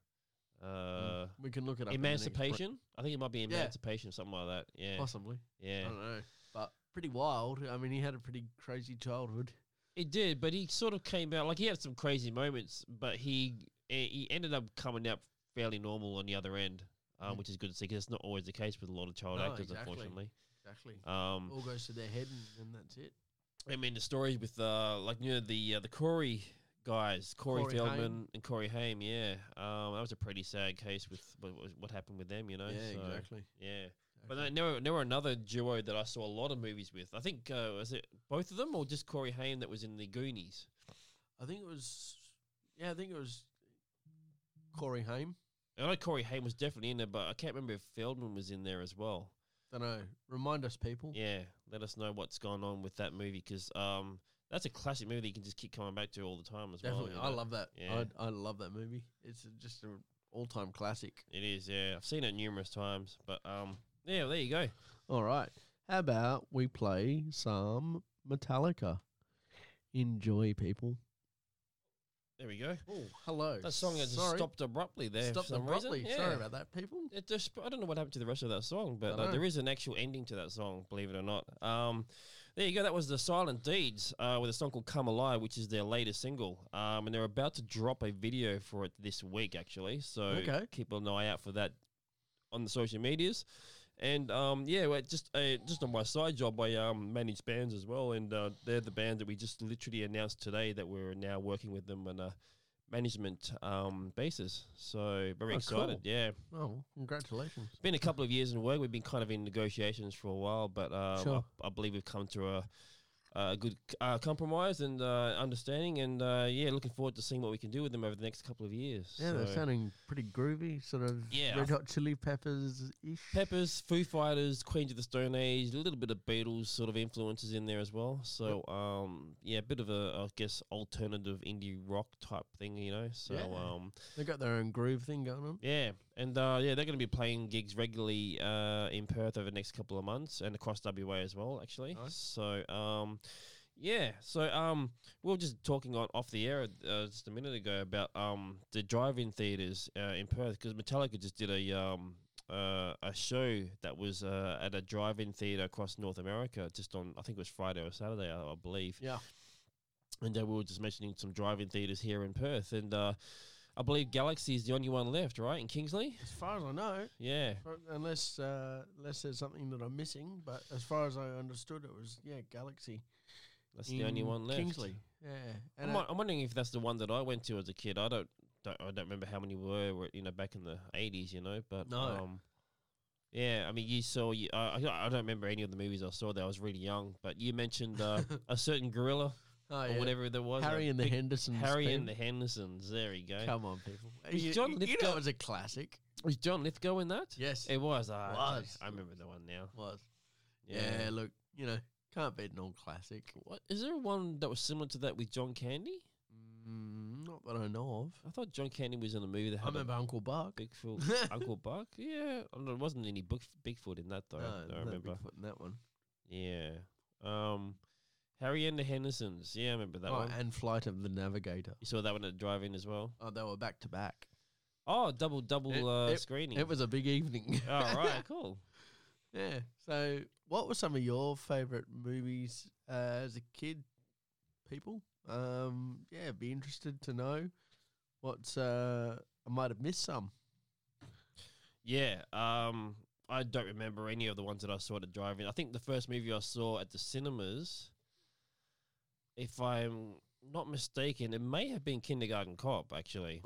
Uh, we can look it up. in the next break. emancipation. I think it might be Yeah. emancipation, something like that. Yeah, possibly. yeah. I don't know, but pretty wild. I mean, he had a pretty crazy childhood. It did, but he sort of came out like he had some crazy moments, but he eh, he ended up coming out fairly normal on the other end, um, Mm. which is good to see because it's not always the case with a lot of child No, actors, exactly. unfortunately. Exactly. Um, All goes to their head, and, and that's it. I mean, the stories with uh, like you know the uh, the Corey guys, Corey, Corey Feldman Haim. and Corey Haim. Yeah, um, that was a pretty sad case with what, what- what happened with them. You know, so, Yeah, but Exactly. they- there were, there were another duo that I saw a lot of movies with. I think uh, was it both of them or just Corey Haim that was in the Goonies? I think it was. Yeah, I think it was Corey Haim. I know Corey Haim was definitely in there, but I can't remember if Feldman was in there as well. Don't know. Remind us, people. Yeah, let us know what's gone on with that movie because um, that's a classic movie that you can just keep coming back to all the time as Definitely, well. I you know? love that. Yeah. I, I love that movie. It's a- just an all-time classic. It is, yeah. I've seen it numerous times, but um, yeah. There you go. All right, how about we play some Metallica? Enjoy, people. There we go. Oh, hello. That song has just Sorry. stopped abruptly there. Stopped for some abruptly. Reason. Sorry Yeah. about that, people. It just, I don't know what happened to the rest of that song, but Dunno. like, there is an actual ending to that song, believe it or not. Um, there you go. That was the Silent Deeds uh, with a song called "Come Alive," which is their latest single, um, and they're about to drop a video for it this week, actually. So Okay. keep an eye out for that on the social medias. And um, yeah, well, just uh, just on my side job, I um, manage bands as well, and uh, they're the band that we just literally announced today that we're now working with them on a management um, basis. So very Oh, excited, cool. yeah Oh, well, congratulations. been a couple of years in work. We've been kind of in negotiations for a while, but uh, Sure. I, I believe we've come to a, a good uh, compromise and uh, understanding. And uh, yeah, looking forward to seeing what we can do with them over the next couple of years. Yeah, they're So, sounding pretty groovy, sort of Yeah, I red hot chili peppers ish. Peppers, Foo Fighters, Queens of the Stone Age, a little bit of Beatles sort of influences in there as well. So, um, yeah, a bit of a, I guess, alternative indie rock type thing, you know. So, Yeah. um, They got their own groove thing going on. Yeah, and uh, yeah, they're going to be playing gigs regularly uh, in Perth over the next couple of months and across WA as well, actually. Nice. So, um, yeah, so um, we were just talking on off the air uh, just a minute ago about um, the drive-in theaters uh, in Perth because Metallica just did a um, uh, a show that was uh, at a drive-in theater across North America, just on I think it was Friday or Saturday, I, I believe Yeah. and uh, we were just mentioning some drive-in theaters here in Perth, and uh, I believe Galaxy is the only one left, right, in Kingsley. As far as I know, Yeah, for- unless uh, unless there's something that I'm missing, but as far as I understood, it was yeah, Galaxy. that's the only in one left. Kingsley. Yeah. I'm, And uh, wo- I'm wondering if that's the one that I went to as a kid. I don't, don't I don't remember how many were, were, you know, back in the '80s, you know. But No. um, yeah, I mean, you saw. You, uh, I I don't remember any of the movies I saw. That I was really young. But you <laughs> mentioned uh, a certain gorilla oh, or yeah. whatever there was. Harry a and the big- Hendersons. Harry people. and the Hendersons. There you go. Come on, people. Is You, John you know Lithgow- it was a classic. Was John Lithgow in that? Yes, it It was. ah, okay. Was. I remember the one now. was. Yeah. look, you know, can't beat an all classic. What is there one that was similar to that with John Candy? Mm, not that I know of. I thought John Candy was in a movie that I had a remember Uncle Buck. <laughs> Bigfoot, Uncle Buck. Yeah, I don't know, there wasn't any Big, Bigfoot in that though. that I no remember. Bigfoot in that one. Yeah, um, Harry and the Hendersons. Yeah, I remember that oh, one. and Flight of the Navigator. You saw that one at drive-in as well. Oh, they were back to back. Oh, double double It- uh, screening. It was a big evening. <laughs> All right, <laughs> cool. yeah. So, what were some of your favorite movies uh, as a kid, people? Um, yeah, be interested to know what's. Uh, I might have missed some. Yeah. Um, I don't remember any of the ones that I saw at the drive-in. I think the first movie I saw at the cinemas, if I'm not mistaken, it may have been Kindergarten Cop. Actually, <laughs> <laughs>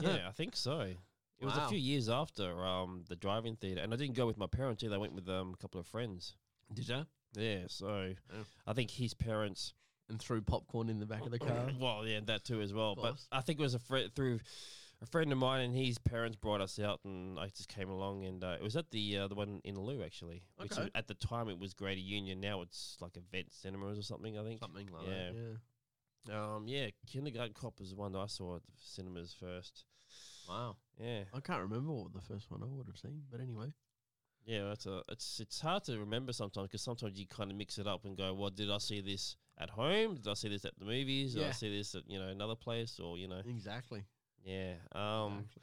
yeah, I think so. It was a Wow. few years after um the drive-in theater, and I didn't go with my parents either. I went with um, a couple of friends. Did Oh. you? Yeah, so Yeah. I think his parents. And threw popcorn in the back of the <laughs> car. <laughs> <coughs> well, yeah, that too as well. But course. I think it was a friend through a friend of mine, and his parents brought us out, and I just came along, and uh, it was at the uh, the one in Lou actually, which Okay. at the time it was Greater Union. Now it's like Event Cinemas or something, I think. Something like Yeah. that. Yeah. Um, yeah, Kindergarten Cop was the one that I saw at the cinemas first. Wow. Yeah. I can't remember what the first one I would have seen, but anyway. Yeah, that's a it's it's hard to remember sometimes because sometimes you kind of mix it up and go, well, did I see this at home? Did I see this at the movies? Did I Yeah. see this at you know another place or you know? Exactly. Yeah. Um. exactly.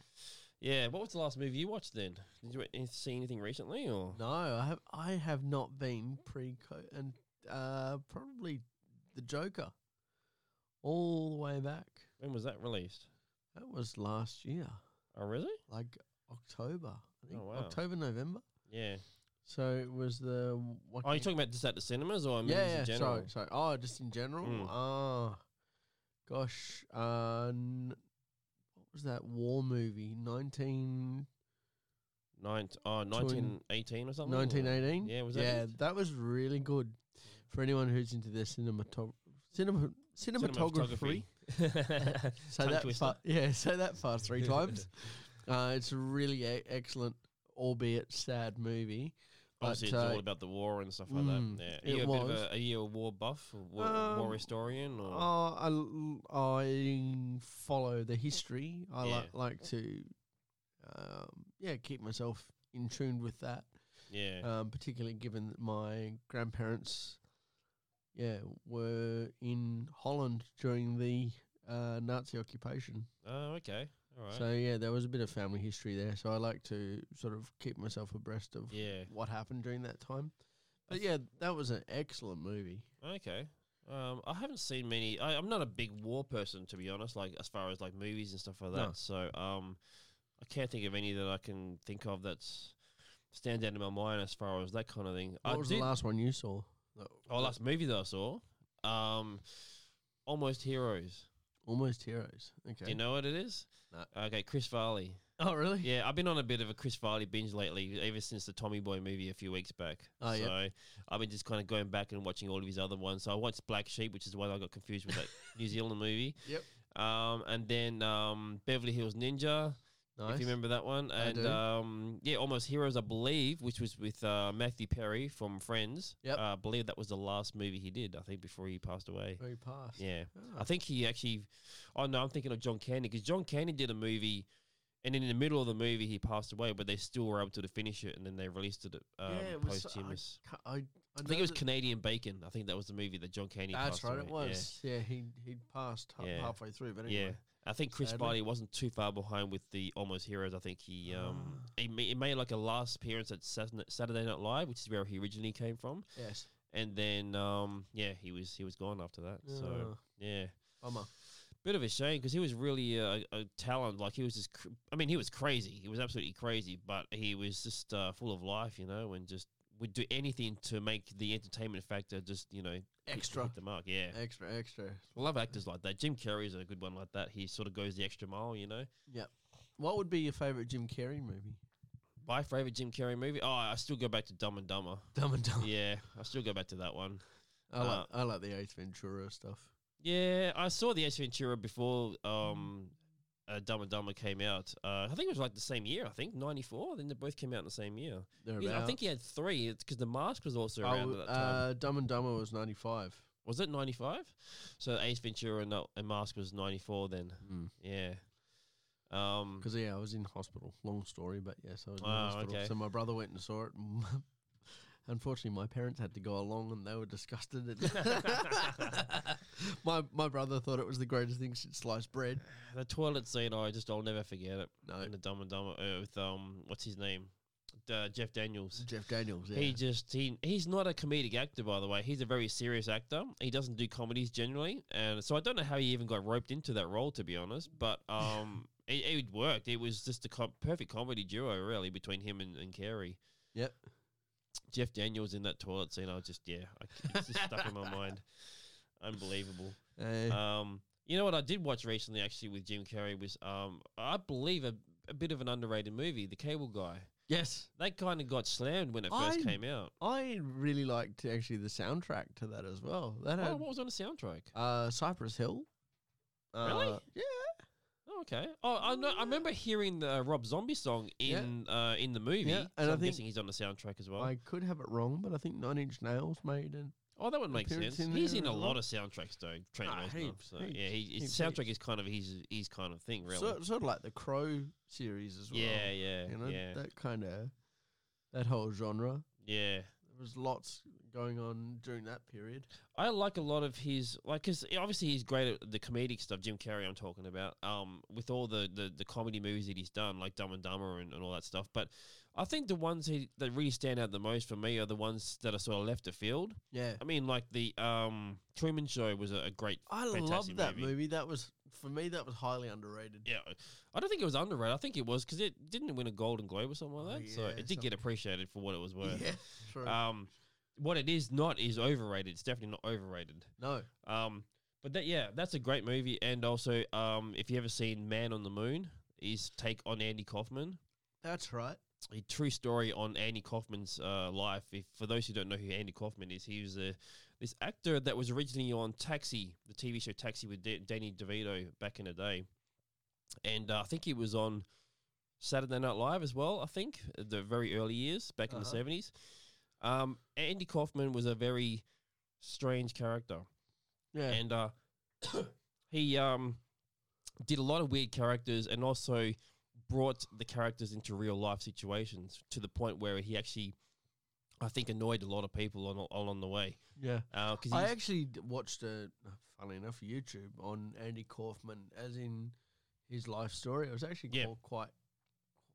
Yeah. What was the last movie you watched then? Did you any- see anything recently or? No, I have. I have not been pre and uh, probably the Joker, all the way back. When was that released? That was last year, Oh, really? like October. I think Oh, wow. October, November. Yeah. So it was the. Are you Oh, talking about just at the cinemas or movies yeah, yeah. in general? Sorry, sorry. Oh, just in general. Mm. Oh, gosh. Uh, n- what was that war movie? 19, Nine, oh, 1918 or something? or- 1918? Yeah, was that Yeah, it? that was really good. For anyone who's into the cinematog- cinema cinematography. <laughs> Cinematography. So Tongue that twister. fa- yeah, say that fast <laughs> three times. Uh, it's a really e excellent, albeit sad movie. But, Obviously, it's uh, all about the war and stuff like mm, that. Yeah. Are you, it a bit was. of a, are you a war buff, or war, Um, war historian, or Oh, I l- I follow the history. I Yeah. like like to, um, yeah, keep myself in tune with that. yeah, Um, particularly given that my grandparents, yeah, were in Holland during the uh, Nazi occupation. oh, okay, all right, So yeah, there was a bit of family history there. So I like to sort of keep myself abreast of yeah, what happened during that time. But yeah, that was an excellent movie. okay. Um, I haven't seen many. I, I'm not a big war person, to be honest. Like as far as like movies and stuff like that. No. So um, I can't think of any that I can think of that's stands out in my mind as far as that kind of thing. What I was did, the last one you saw? oh, last movie that I saw, um, Almost Heroes. Almost Heroes. Okay. Do you know what it is? No. Okay, Chris Farley. Oh, really? Yeah, I've been on a bit of a Chris Farley binge lately, ever since the Tommy Boy movie a few weeks back. Oh, so yeah. I've been just kind of going back and watching all of his other ones. So I watched Black Sheep, which is the one I got <laughs> confused with that New Zealand movie. Yep. Um, and then um, Beverly Hills Ninja, Nice. if you remember that one. I And do. um, yeah, Almost Heroes, I believe, which was with uh, Matthew Perry from Friends. Yep. Uh, I believe that was the last movie he did, I think, before he passed away. Very past. Yeah. Oh, Ah. I think he actually. Oh no, I'm thinking of John Candy because John Candy did a movie, and then in the middle of the movie he passed away, but they still were able to finish it, and then they released it um, Yeah, it was- I- posthumous. Ca- I, I, I, know think it was that- Canadian Bacon. I think that was the movie that John Candy. That's passed right. away. It was. Yeah, he he passed ha- Yeah. halfway through. But Yeah. anyway, Yeah. I think Chris Sadly. Farley wasn't too far behind with the Almost Heroes. I think he um Ah. he, ma- he made like a last appearance at Sat- Saturday Night Live, which is where he originally came from, yes. and then um yeah he was he was gone after that. So Ah, yeah. bummer. Bit of a shame because he was really uh, a, a talent. Like he was just, cr- I mean, he was crazy. He was absolutely crazy, but he was just uh, full of life, you know, and just would do anything to make the entertainment factor just, you know, hit- Extra, hit the mark. Yeah, extra, extra. I love actors like that. Jim Carrey's a good one like that. He sort of goes the extra mile, you know. What would be your favorite Jim Carrey movie? <laughs> My favorite Jim Carrey movie. Oh, I still go back to Dumb and Dumber. Dumb and Dumber. yeah, uh, I still go back to that one. I like I like the Ace Ventura stuff. Yeah, I saw the Ace Ventura before um, uh, Dumb and Dumber came out. Uh, I think it was like the same year. I think ninety four. I think they both came out in the same year. He- I Thereabout. think he had three because the mask was also I around w- at that time. uh, Dumb and Dumber was ninety five. was it ninety five? So Ace Ventura and, uh, and Mask was ninety four then. Hmm. Yeah. Um. Because yeah, I was in hospital. Long story, but yes, I was in Oh, hospital. okay. So my brother went and saw it. <laughs> and Unfortunately, my parents had to go along, and they were disgusted. <laughs> at- my my brother thought it was the greatest thing since sliced bread. The toilet scene, I just I'll never forget it. No, In the Dumb and Dumber uh, with um, what's his name, uh, Jeff Daniels. Jeff Daniels. Yeah. He just he he's not a comedic actor, by the way. He's a very serious actor. He doesn't do comedies generally, and so I don't know how he even got roped into that role, to be honest. <laughs> But um, it, it worked. It was just a com- perfect comedy duo, really, between him and, and Carey. Yep. Jeff Daniels in that toilet scene. I was just yeah, I, it's just stuck <laughs> in my mind. Unbelievable. Eh, Um, you know what I did watch recently, actually, with Jim Carrey was um, I believe a, a bit of an underrated movie, The Cable Guy. yes, That kind of got slammed when it first I- came out. I really liked actually the soundtrack to that as well. That Oh, had what was on the soundtrack? Um, uh, Cypress Hill. Really? Uh, Yeah. Oh, okay. Oh, I know. I remember hearing the uh, Rob Zombie song Yeah. in uh, in the movie. Yeah, so and I I'm think- guessing he's on the soundtrack as well. I could have it wrong, but I think Nine Inch Nails made it. oh, that would make appearance sense. in he's there in a as lot well. of soundtracks though. Trent Ah, Reznor. heaps, So heaps, yeah, he, his heaps, soundtrack heaps. is kind of his his kind of thing, really. Sort, sort of like the Crow series as well. yeah, yeah, you know yeah, that kind of that whole genre. yeah. There was lots going on during that period. I like a lot of his like because obviously he's great at the comedic stuff. Jim Carrey, I'm talking about, um, with all the, the the comedy movies that he's done, like Dumb and Dumber and, and all that stuff. But I think the ones he, that really stand out the most for me are the ones that are sort of left the field. Yeah, I mean, like the um Truman Show was a, a great. I Fantastic love that movie. movie. That was for me, that was highly underrated. Yeah, I don't think it was underrated. I think it was because it didn't it win a Golden Globe or something like Oh, that. so yeah, it did something. get appreciated for what it was <laughs> worth. Yeah, true. Um, what it is not is overrated. It's definitely not overrated. no, Um, but that yeah, that's a great movie. And also, um, if you ever seen Man on the Moon, his take on Andy Kaufman, that's right. a true story on Andy Kaufman's uh, life. If for those who don't know who Andy Kaufman is, he was a this actor that was originally on Taxi, the TV show Taxi with D- Danny DeVito back in the day, and uh, I think he was on Saturday Night Live as well. I think at the very early years back in the Uh-huh. seventies. Um, Andy Kaufman was a very strange character Yeah, and uh, <coughs> he um, did a lot of weird characters and also brought the characters into real life situations to the point where he actually, I think, annoyed a lot of people on along the way Uh, yeah. because I actually d- watched a funny enough YouTube on Andy Kaufman, as in his life story. It was actually Yeah. qu- quite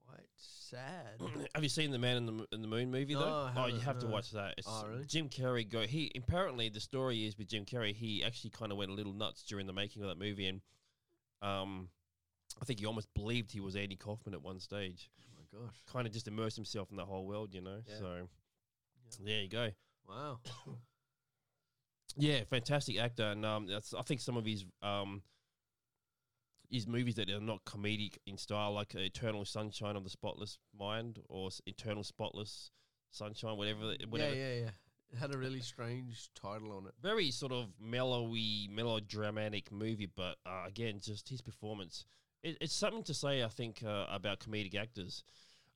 quite sad. <coughs> Oh <coughs> have you seen the Man in the, Mo- in the Moon movie No, though? I oh, you haven't, have to no. watch that. It's Oh, really? Jim Carrey go. He apparently the story is with Jim Carrey. He actually kind of went a little nuts during the making of that movie, and um, I think he almost believed he was Andy Kaufman at one stage. oh my gosh! kind of just immerse himself in the whole world, you know. Yeah. So Yeah. there you go. Wow. Yeah, fantastic actor, and um, that's I think some of his um his movies that are not comedic in style, like Eternal Sunshine of the Spotless Mind or S- Eternal Spotless Sunshine, whatever, it- whatever. Yeah, yeah, yeah. It had a really strange title on it. Very sort of mellowy, melodramatic movie, but uh, again, just his performance. It, it's something to say, I think, uh, about comedic actors.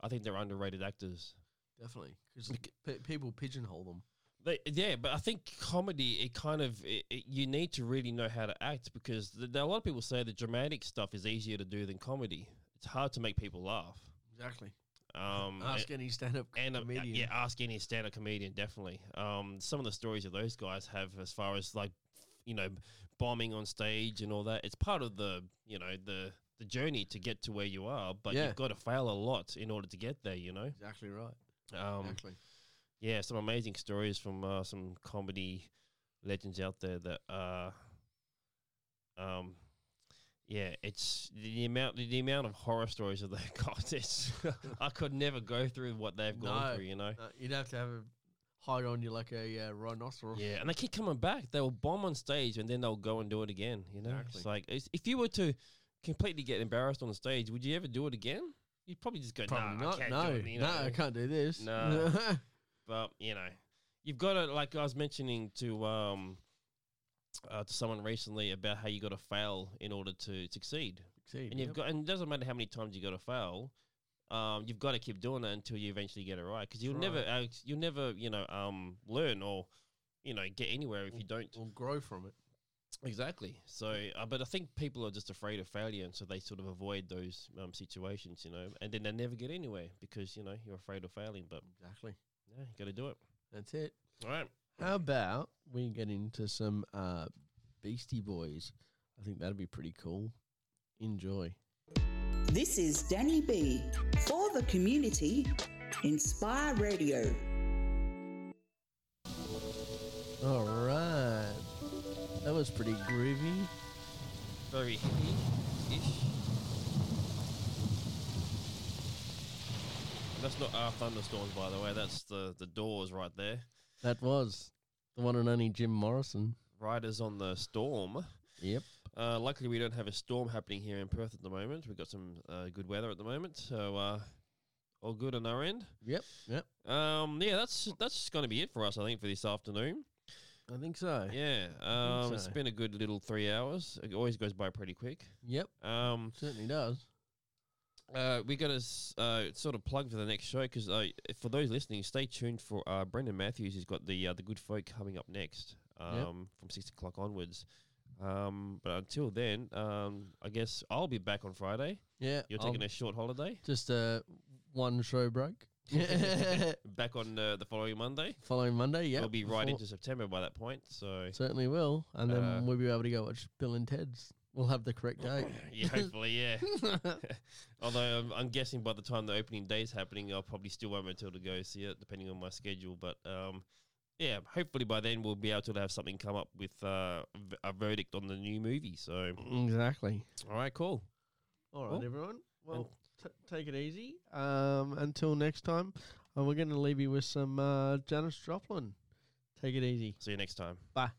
I think they're underrated actors. Definitely, because pe- people pigeonhole them. They, yeah, but I think comedy, it kind of, it, it, you need to really know how to act because th- there- a lot of people say the dramatic stuff is easier to do than comedy. It's hard to make people laugh. Exactly. Um, <laughs> Ask any stand-up and, and, uh, comedian. yeah, ask any stand up comedian, definitely. Um, some of the stories of those guys have, as far as like, you know, bombing on stage and all that, it's part of the, you know, the, the journey to get to where you are, but Yeah. you've got to fail a lot in order to get there, you know? Exactly right. Um, exactly. yeah, some amazing stories from uh, some comedy legends out there that uh um yeah, it's the the amount the amount of horror stories that they've <laughs> <laughs> got. It's I could never go through what they've gone No. through, you know. Uh, you'd have to have a hide on you like a uh, rhinoceros. Yeah, and they keep coming back. They'll bomb on stage and then they'll go and do it again. You know, it's Exactly. like it's, if you were to completely get embarrassed on stage, would you ever do it again? You'd probably just go, Probably "Nah, I not. can't no, do it," you no, know? I can't do this. <laughs> No. But you know, you've got to like I was mentioning to um uh, to someone recently about how you got to fail in order to succeed, Succeed, and you've yep. got and it doesn't matter how many times you got to fail. Um, you've got to keep doing it until you eventually get it right because you'll That's never uh, you'll never you know um learn or you know get anywhere if you don't We'll grow from it. exactly. So, uh, but I think people are just afraid of failure, and so they sort of avoid those um, situations, you know, and then they never get anywhere because you know you're afraid of failing. But Exactly. yeah, you got to do it. That's it. All right. How about we get into some uh, Beastie Boys? I think that'd be pretty cool. Enjoy. This is Danny B for the community, Inspire Radio. All right. That was pretty groovy. very heavy ish. That's not our thunderstorms, by the way. That's the, the doors right there. That was the one and only Jim Morrison. Riders on the storm. Yep. Uh, luckily, we don't have a storm happening here in Perth at the moment. We've got some uh, good weather at the moment, so uh, all good on our end. Yep. Yep. Um, yeah, that's that's going to be it for us, I think, for this afternoon. I think so. Yeah, um, it's so. been a good little three hours. It always goes by pretty quick. Yep. Um, Certainly does. Uh, we got to uh, sort of plug for the next show because uh, for those listening, stay tuned for uh, Brendan Matthews. He's got the uh, the Good Folk coming up next um, Yep. from six o'clock onwards. Um, but until then, um, I guess I'll be back on Friday. Yeah. You're I'll- taking a <laughs> short holiday. <laughs> just uh, one show break. <laughs> back on uh, the following Monday. Following Monday, yeah. we'll be right into September by that point. So Certainly will. And then Uh, Oh, we'll be able to go watch Bill and Ted's. We'll have the correct date. <laughs> yeah, hopefully, yeah. <laughs> Although I'm, I'm guessing by the time the opening day's happening, I'll probably still won't be able to go see it, depending on my schedule. But um, yeah, hopefully by then we'll be able to have something come up with uh, v- a verdict on the new movie. So, Exactly. Mm. all right, cool. All right, Cool. everyone. Well, t- take it easy. Um, until next time, uh, we're going to leave you with some uh, Janis Joplin. Take it easy. See you next time. Bye.